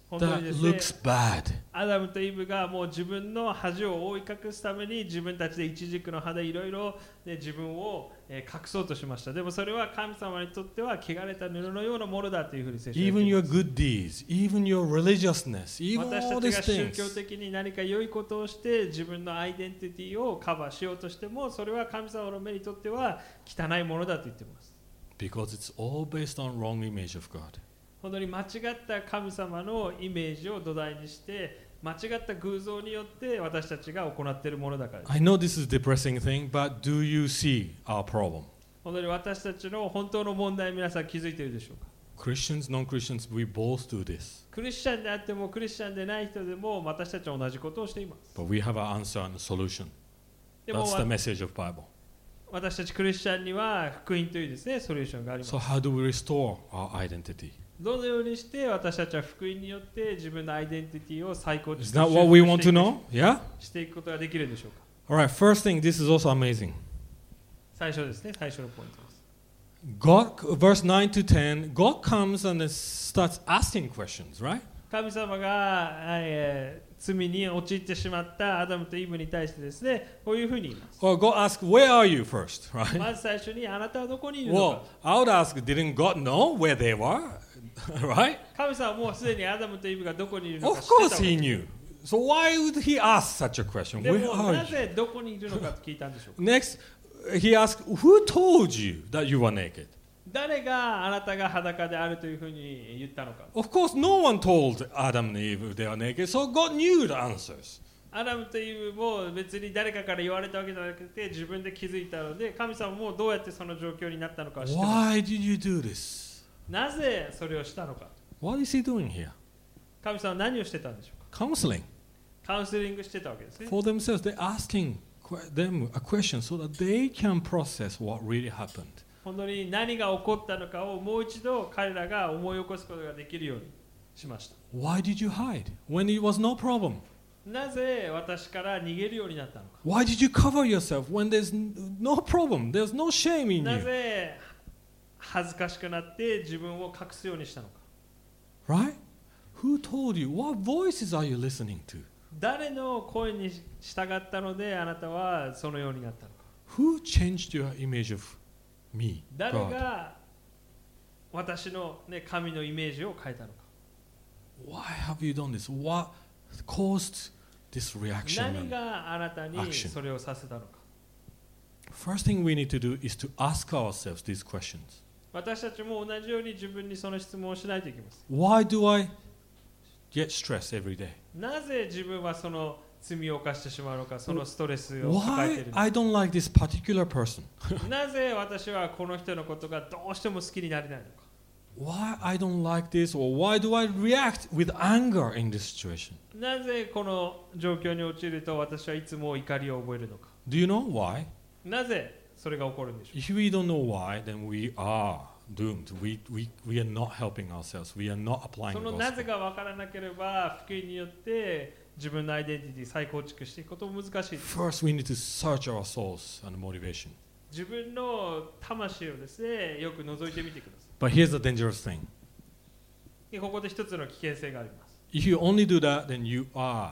B: 本当
A: That
B: にですね
A: looks bad.
B: アダムとイブがもう自分の恥を覆い隠すために自分たちで一軸の葉でいろいろね自分をえー隠そうとしました。でもそれは神様にとっては汚れた布のようなものだというふうに聖書は言って
A: Even
B: いま
A: your
B: す
A: good deeds, even your religiousness, even
B: 私
A: all
B: た
A: these
B: ちが宗教
A: things.
B: 的に何か良いことをして自分のアイデンティティをカバーしようとしてもそれは神様の目にとっては汚いものだと言ってます。
A: Because it's all based on wrong image of God.
B: 本当に間違った神様のイメージを土台にして間違った偶像によって私たちが行っているものだからです
A: I know this is a depressing thing, but do you see our problem?
B: 本当に私たちの本当の問題皆さん気づいているでしょうか
A: Christians, non-Christians, we both do this.
B: クリスチャンであってもクリスチャンでない人でも私たちは同じことをしています
A: But we have our answer and a solution.
B: でも
A: That's the
B: わ
A: message of Bible.
B: 私たちクリスチャンには福音というですねソリューションがあります
A: So how do we restore our identity?
B: どのようにして私たちは福音によって自分のアイデンティティを最高
A: Is
B: して
A: that what we want to know? Yeah?
B: していくことができるんでしょうか
A: All right, first thing, this is also amazing.
B: 最初ですね最初のポイントです
A: God, verse 9 to 10, God comes and is- starts asking questions, right?
B: 神様が、えー罪に陥ってしまったアダムとイブに対してですねこういうふうに言います
A: Or God asks, Where are you first, (laughs) right?
B: まず最初にあなたはどこにいるのか
A: Well, I would ask, Didn't God know where they were, (laughs) right?
B: 神様はもうすでにアダムとイブがどこにいるのか
A: Of
B: 知ってたわ
A: course
B: け
A: he knew. So why would he ask such a question?
B: で
A: Where
B: も
A: are
B: な
A: you?
B: ぜどこにいるのかと聞いたんでしょうか
A: Next, he asks, Who told you that you were naked?
B: 誰があなたが裸であるというふうに言ったのか
A: Of course, no one told Adam and Eve they are naked, so God knew the answers.
B: アダムとイブも別に誰かから言われたわけじゃなくて自分で気づいたので神様もどうやってその状況になったのかは知ってます
A: Why did you do this?
B: なぜそれをしたのか
A: What is he doing here?
B: 神様は何をしてたんでしょうか
A: Counseling
B: カウンセリングしてたわけですね
A: for themselves. They're asking que- them a question so that they can process what really happened.
B: 本当に何が起こったのかをもう一度彼らが思い起こすことができるようにしました
A: Why did you hide when it was no problem?
B: なぜ私から逃げるようになったのか
A: Why did you cover yourself when there's n- no problem? There's no shame in
B: な
A: you.
B: ぜ恥ずかしくなって自分を隠すようにしたのか
A: Right? Who told you? What voices are you listening to?
B: 誰の声に従ったのであなたはそのようになったのか
A: Who changed your image of me?
B: 誰
A: God.
B: が私の、ね、神のイメージを変えたのか
A: Why have you done this? What caused this reaction?
B: 何
A: man?
B: があなたに
A: Action.
B: それをさせたのか
A: First thing we need to do is to ask ourselves these questions.
B: 私たちも同じように自分にその質問をしないといけません
A: Why do I get stressed every day?
B: なぜ自分はその罪を犯してしまうのかそのストレスを抱えて
A: Why
B: いるのか
A: I don't like this particular person?
B: なぜ私はこの人のことがどうしても好きになれないのか
A: Why I don't like this or why do I react with anger in this situation?
B: なぜこの状況に陥ると私はいつも怒りを覚えるのか
A: Do you know why?
B: なぜそれが起こるんでしょう
A: If we don't know why, then we are doomed. We, we, we are not helping ourselves. We are not applying
B: そ
A: the
B: のなぜ
A: gospel.
B: が分からなければ福音によって自分のアイデンティティ再構築していくことも難しい
A: First, we need to search our souls and motivation.
B: 自分の魂をですねよく覗いてみてくださ
A: But here's the dangerous thing.
B: いでここで一つの危険性があります
A: If you only do that, then you are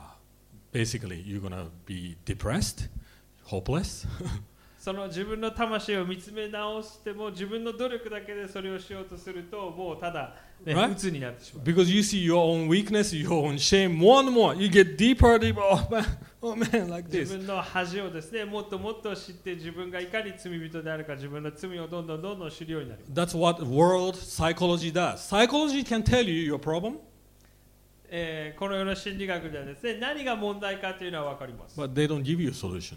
A: basically you're gonna be depressed, hopeless.
B: その自分の魂を見つめ直しても自分の努力だけでそれをしようとするともうただ、ね
A: Right?
B: 鬱になってしまう
A: Because you see your own weakness, your own shame more and more. You get deeper, deeper. (laughs) Oh man, oh man, like
B: 自
A: this.
B: 分の恥をですねもっともっと知って自分がいかに罪人であるか自分の罪をどんどんどんどん知るようになる
A: That's what world psychology does. Psychology can tell you your problem,
B: えーこの世の心理学ではですね何が問題かというのは分かります
A: but they don't give you a solution.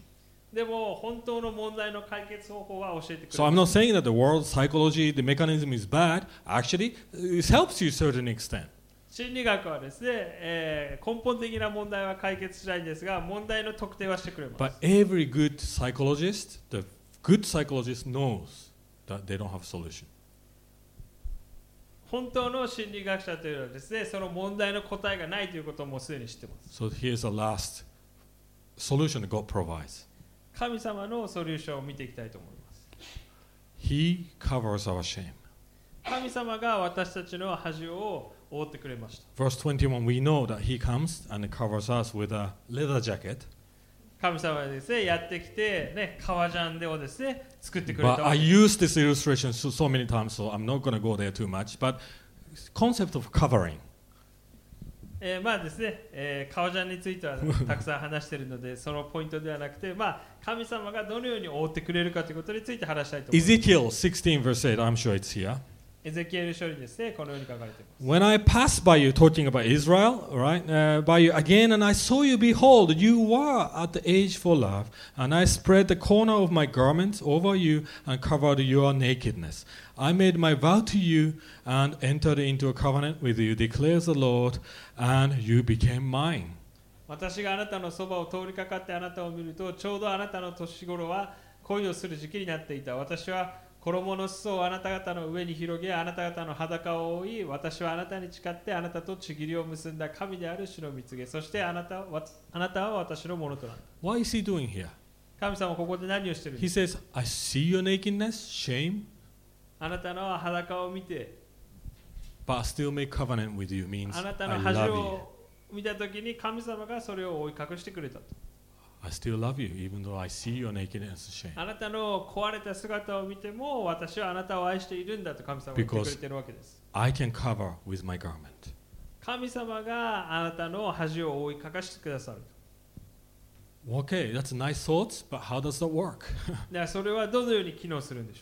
B: でも本当の問題の解決方法は教えてくれ
A: So
B: ま
A: I'm
B: す
A: not saying that the world psychology, the mechanism is bad. Actually, it helps you to a certain extent.
B: 心理学はですね、えー根本的な問題は解決しないんですが問題の特定はしてくれます
A: But every good psychologist, the good psychologist knows that they don't have a solution.
B: 本当の心理学者というのはですねその問題の答えがないということをもうすでに知ってます
A: So here's the last solution that God provides.
B: 神様のソリューションを見ていきたいと思います
A: He covers our shame.
B: 神様が私たちの恥を覆ってくれました
A: Verse 21, we know that He comes and covers us with a leather jacket.
B: 神様がですねやってきてね革ジャンでをですね作ってくれた
A: But
B: わ
A: I
B: けです
A: used this illustration so, so many times, so I'm not going to go there too much. But concept of covering.
B: えーまあですね、えー革ジャンについてはたくさん話しているのでそのポイントではなくて、まあ、神様がどのように覆ってくれるかということについて話したいと思います
A: Ezekiel 16, verse 8, I'm sure it's here.
B: エゼキエル書にですねこのように書かれています
A: When I passed by you, talking about Israel, right, uh, by you again, and I saw you, behold, you were at the age for love, and I spread the corner of my garment over you and covered your nakedness. I made my vow to you and entered into a covenant with you, declares the Lord, and you became mine.
B: 私があなたのそばを通りかかってあなたを見るとちょうどあなたの年頃は恋をする時期になっていた私は衣の裾をあなた方の上に広げあなた方の裸を覆い私はあなたに誓ってあなたとちぎりを結んだ神である主の蜜げそしてあなたはあなたは私のものとなる
A: What is he doing here?
B: 神様はここで何をしてるん
A: He
B: です
A: says, I see your nakedness, shame,
B: あなたの裸を見て
A: but I still make covenant with you, means
B: あなた
A: I
B: の恥
A: love you.
B: を見た時に神様がそれを覆い隠してくれたと
A: I still love you, even though I see your nakedness and shame.
B: あなたの壊れた姿を見ても私はあなたを愛しているんだと神様は言ってくれてるわけです
A: I can cover with my garment.
B: 神様があなたの恥を覆いかかしてくださる
A: Okay, that's nice thoughts, but how does that work?
B: でそれはどのように機能するんでしょ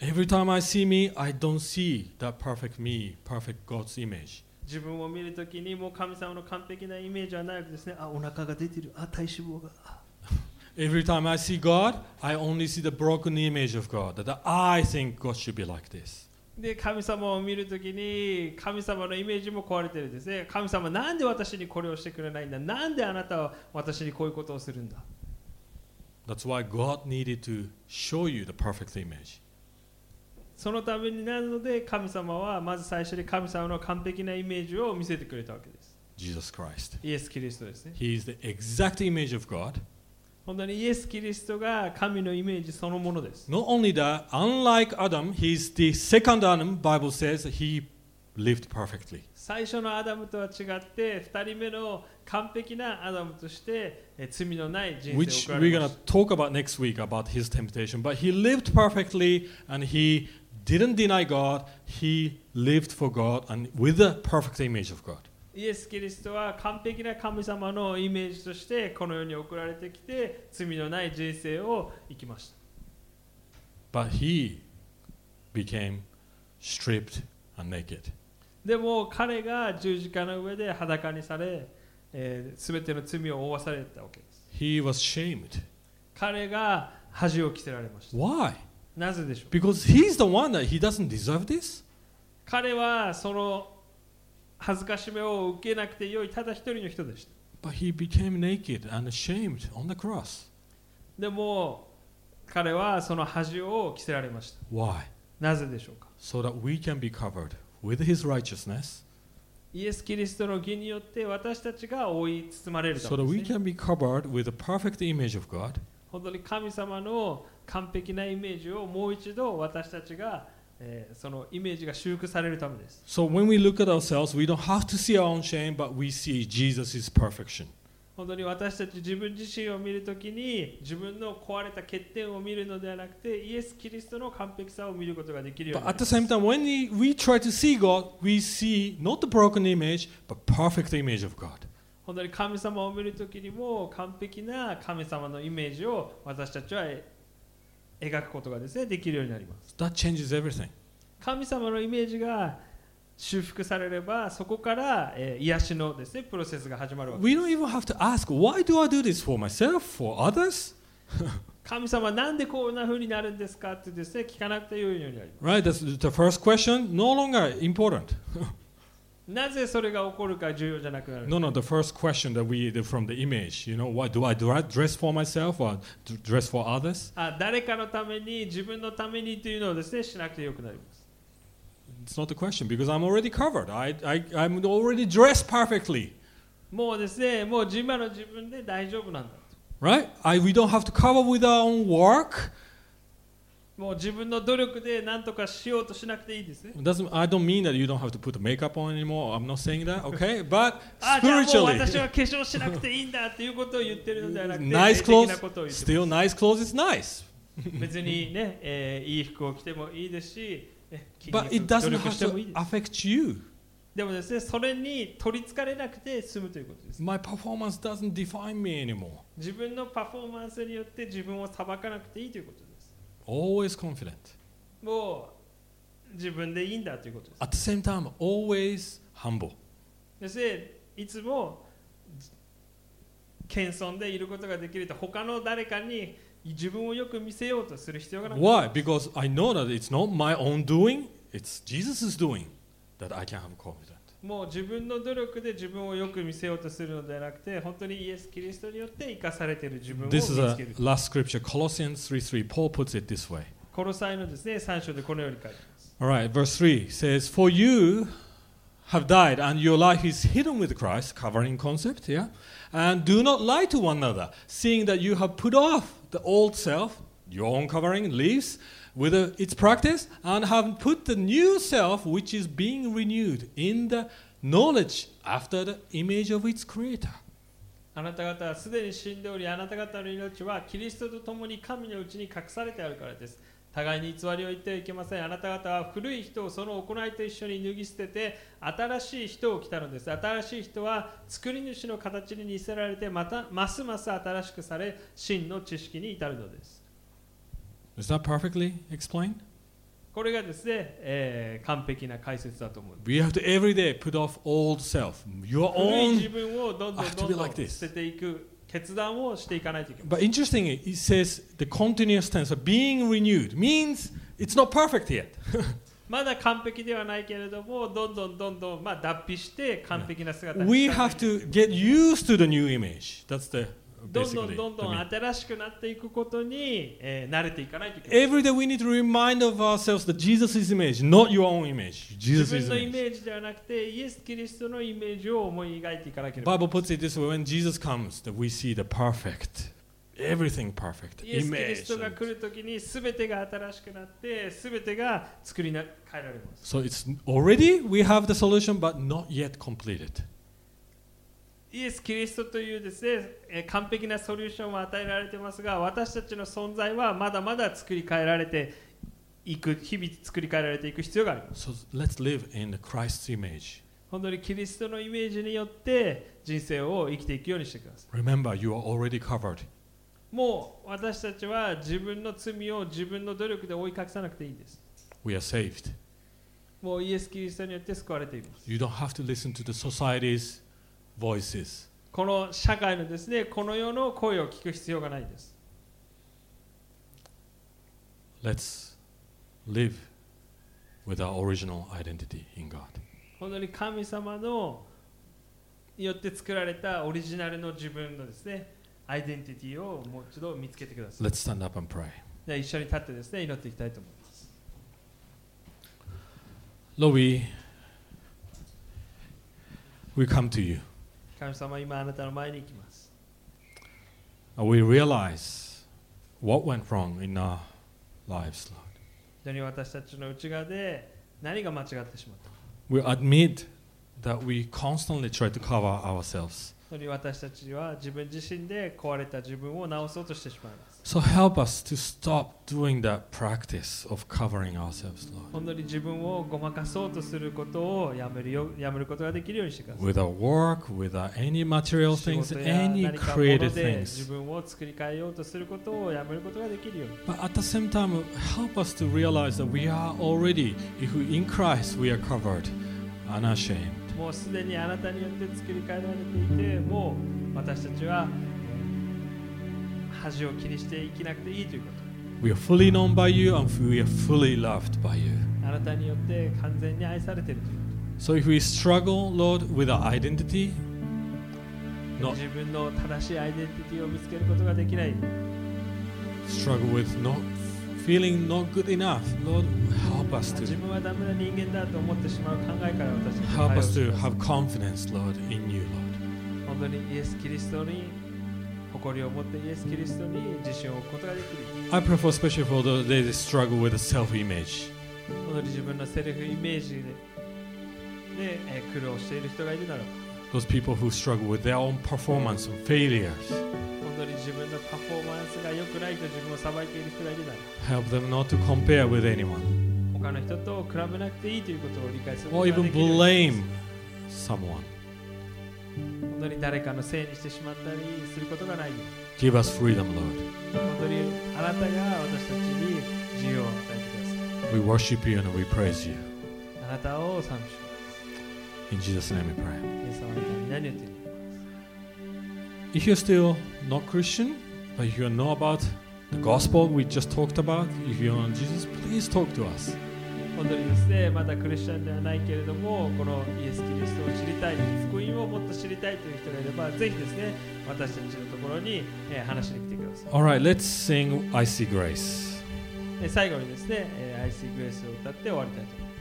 A: Every time I see me, I don't see that perfect me, perfect God's image.
B: う自分を見るときにもう神様の完璧なイメージはないわけですねあお腹が出てるあ体脂肪があ
A: Every time I see God, I only see the broken image of God, that I think God should be like this.
B: で神様を見るときに神様のイメージも壊れてるんですね神様なんで私にこれをしてくれないんだなんであなたは私にこういうことをするんだ
A: That's why God needed to show you the perfect image.
B: そのためになるので神様はまず最初に神様の完璧なイメージを見せてくれたわけです
A: Jesus Christ.
B: イエス・キリストですね
A: He is the exact image of God.
B: 本当にイエス・キリストが神のイメージそのものです
A: Not only that, unlike Adam, he's the second Adam. Bible says he lived perfectly.
B: 最初のアダムとは違って2人目の完璧なアダムとしてえ罪のない人生
A: which
B: を送
A: we're
B: られま
A: going
B: し
A: to talk about next week about his temptation. But he lived perfectly and he didn't deny God. He lived for God and with the perfect image of God.
B: たイエス・キリストは完璧な神様のイメージとしてこの世に送られてきて罪のない人生を生きました
A: But he became stripped and naked.
B: でも彼が十字架の上で裸にされ、えー、全ての罪を負わされたわけです
A: He was shamed.
B: 彼が恥を着せられました
A: Why?
B: なぜでしょう
A: Because he's the one that he doesn't deserve this.
B: 彼はその恥ずかしめを受けなくてよいただ一人の人でした
A: But he became naked and ashamed on the cross.
B: でも彼はその恥を着せられました
A: Why?
B: なぜでしょうか
A: So that we can be covered with his righteousness,
B: イエス・キリストの義によって私たちが覆い包まれるた
A: so
B: め
A: that
B: ですね、
A: we can be covered with the perfect image of God.
B: 本当に神様の完璧なイメージをもう一度私たちが、えーそのイメージが修復されるためです
A: So when we look at ourselves, we don't have to see our own shame, but we see Jesus' perfection.
B: 本当に私たち自分自身を見るときに自分の壊れた欠点を見るのではなくてイエス・キリストの完璧さを見ることができるよう
A: But
B: に
A: at the
B: なります
A: same time, when we, we try to see God, we see not the broken image, but perfect image of God.
B: 本当に神様を見るときにも完璧な神様のイメージを私たちはえ描くことがですねできるようになります
A: That changes everything.
B: 神様のイメージが修復されればそこから、えー癒しのですねプロセスが始まるわけ
A: We don't even have to ask, why do I do this for myself, for others?
B: 神様なんでこんな風になるんですかってですね聞かなくてよいようになります
A: Right? That's the first question. No longer important.
B: なぜそれが起こるか重要じゃなくなる
A: No, no, the first question that we did from the image, you know, why do I dra- dress for myself or d- dress for others?
B: あ誰かのために自分のためにというのをですねしなくてよくなります
A: It's not the question because I'm already covered. I, I, I'm already dressed perfectly,
B: もうですねもう今の自分で大丈夫なんだ
A: right? I, we don't have to cover with our own work.
B: もう自分の努力で何とかしようとしなくていいですね
A: It doesn't, I don't mean that you don't have to put the makeup on anymore. I'm not saying that, okay? (laughs) But
B: あじゃあもう
A: spiritually,
B: 私
A: (laughs)
B: は化粧しなくていいんだっていうことを言ってるのではなくて
A: nice
B: 霊的な
A: clothes,
B: ことを言ってます
A: still nice clothes is nice.
B: 別にね、えーいい服を着てもいいですし、ね、筋
A: But it
B: 肉努
A: doesn't
B: 力
A: have
B: してもいい
A: to
B: です
A: affect you.
B: でもですねそれに取りつかれなくて済むということです
A: My performance doesn't define me anymore.
B: 自分のパフォーマンスによって自分を裁かなくていいということです
A: Always confident.
B: もう自分でいいんだということです
A: At the same time, always humble.
B: そしていつもじ謙遜でいることができると他の誰かに自分をよく見せようとする必要がなく
A: Why? Because I know that it's not my own doing, it's Jesus' doing that I can have confidence.
B: もう自分の努力で自分をよく見せようとするのではなくて本当にイエス・キリストによって生かされている自分を見
A: This
B: つ
A: is
B: け
A: a
B: る
A: last scripture, Colossians 3 3. Paul puts it this way.
B: コロサイのですね3章でこのように書いてます
A: All right, verse 3 says, For you have died, and your life is hidden with Christ, covering concept, yeah? And do not lie to one another, seeing that you have put off the old self, your own covering, leaves, with uh, its practice, and have put the new self, which is being renewed in the knowledge after the image of its creator.
B: あなた方はすでに死んでおりあなた方の命はキリストと共に神のうちに隠されてあるからです互いに偽りを言ってはいけませんあなた方は古い人をその行いと一緒に脱ぎ捨てて新しい人を着たのです新しい人は作り主の形に似せられてまたますます新しくされ真の知識に至るのです
A: Is that perfectly explained?
B: これがですね、えー完璧な解説だと思う
A: We have to every day put off old self, your
B: 古い
A: own
B: 自分をどんど
A: I
B: ん
A: have to
B: どん
A: be
B: ど
A: like
B: ん
A: this.
B: 捨てていく決断をしていかないといけない
A: But interestingly, it says the continuous tense of being renewed means it's not perfect yet.
B: まだ完璧ではないけれども、どんどんどんどん、まあ、脱皮して完璧な姿
A: we
B: に近づ
A: have
B: いて
A: to get used to the new image. That's the
B: どんど
A: basically.
B: んどん
A: the
B: どん
A: meaning.
B: 新しくなっていくことに、えー慣れていかないといけない。
A: Every day we need to remind of ourselves that Jesus is image, not your own image.
B: 自
A: Jesus
B: 分
A: is
B: のイ
A: image.
B: メージではなくて、イエス・キリストのイメージを思い描いていかなければ。
A: Bible puts it this way: when Jesus comes, that we see the perfect, everything perfect
B: イエス・キリス
A: image.
B: トが来るときに、すべてが新しくなって、すべてが作りな変えられます。
A: So it's already we have the solution, but not yet completed.
B: イエス・キリストというですね、えー完璧なソリューションは与えられてますが、私たちの存在はまだまだ作り変えられていく、日々作り変えられていく必要があります。
A: So let's live in Christ's image.
B: 本当にキリストのイメージによって人生を生きていくようにしてくださ
A: Remember, you are already covered.
B: い。もう私たちは自分の罪を自分の努力で追い隠さなくていいんです。
A: We are saved.
B: もうイエス・キリストによって救われています。
A: You don't have to listen to the society's voices.
B: この社会のですね、この世の声を聞く必要がないです。
A: Let's live with our original identity in God.
B: 本当に神様のによって作られたオリジナルの自分のですね、アイデンティティをもう一度見つけてください。
A: Let's stand up and pray.
B: では一緒に立ってですね、祈っていきたいと思います。
A: Lord, we, we come to you
B: 神様、今あなたの前に行きます。
A: and we realize what went wrong in our lives, Lord.
B: 本当に私たちの内側で何が間違ってしまった
A: We admit that we constantly try to cover ourselves.
B: 本当に私たちは自分自身で壊れた自分を直そうとしてしまいます。
A: So help us to stop doing that practice of covering ourselves, Lord.
B: 本当に自分をごまかそうとすることをやめるよやめることができるようにしてください。
A: with our work, with our any material
B: 仕
A: things,
B: 事や
A: any
B: 何かもの
A: creative
B: で自
A: things.
B: 分を作り変えようとすることをやめることができるように。
A: But at the same time, help us to realize that we are already, if we in Christ, we are covered, unashamed.
B: もうすでにあなたによって作り変えられていて、もう私たちは恥を気にして生きなくていいということ。
A: We are fully known by you and we are fully loved by you.
B: あなたによって完全に愛されているというこ
A: So if we struggle, Lord, with our identity, の
B: 自分の正しいアイデンティティを見つけることができない。
A: struggle with not feeling not good enough, Lord, help us
B: 自
A: to
B: 分はダメな人間だと思ってしまう考えから私たち
A: help
B: は
A: us to have confidence, Lord, in you, Lord.
B: 本当にイエス・キリストに誇りを持ってイエス・キリストに自信を置くことができる。
A: I pray for especially for those that struggle with self-image.
B: 本当に自分のセルフイメージでで、えー苦労している人がいるなら
A: Those people who struggle with their own performance and failures.
B: 本当に自分のパフォーマンスが良くないと自分を裁いている人がいるなら
A: Help them not to compare with anyone
B: 他の人と比べなくていいということを理解すること
A: or
B: がで
A: even
B: きるようになり
A: blame someone.
B: ます本当に誰かのせいにしてしまったりすることがないように
A: Give us freedom, Lord.
B: 本当にあなたが私たちに自由を与えてくださ
A: We worship you and we praise you.
B: いあなたを賛美し
A: In Jesus' name we pray.
B: ますイエス様の皆によって祈り
A: If you're still not Christian, but if you know about the gospel we just talked about, if you know Jesus, please talk to us.
B: 本当にですねまだクリスチャンではないけれどもこのイエス・キリストを知りたい福音をもっと知りたいという人がいればぜひですね私たちのところに、えー話しに来てください
A: All right, let's sing I See Grace.
B: で最後にですね「えー I See Grace」を歌って終わりたいと思います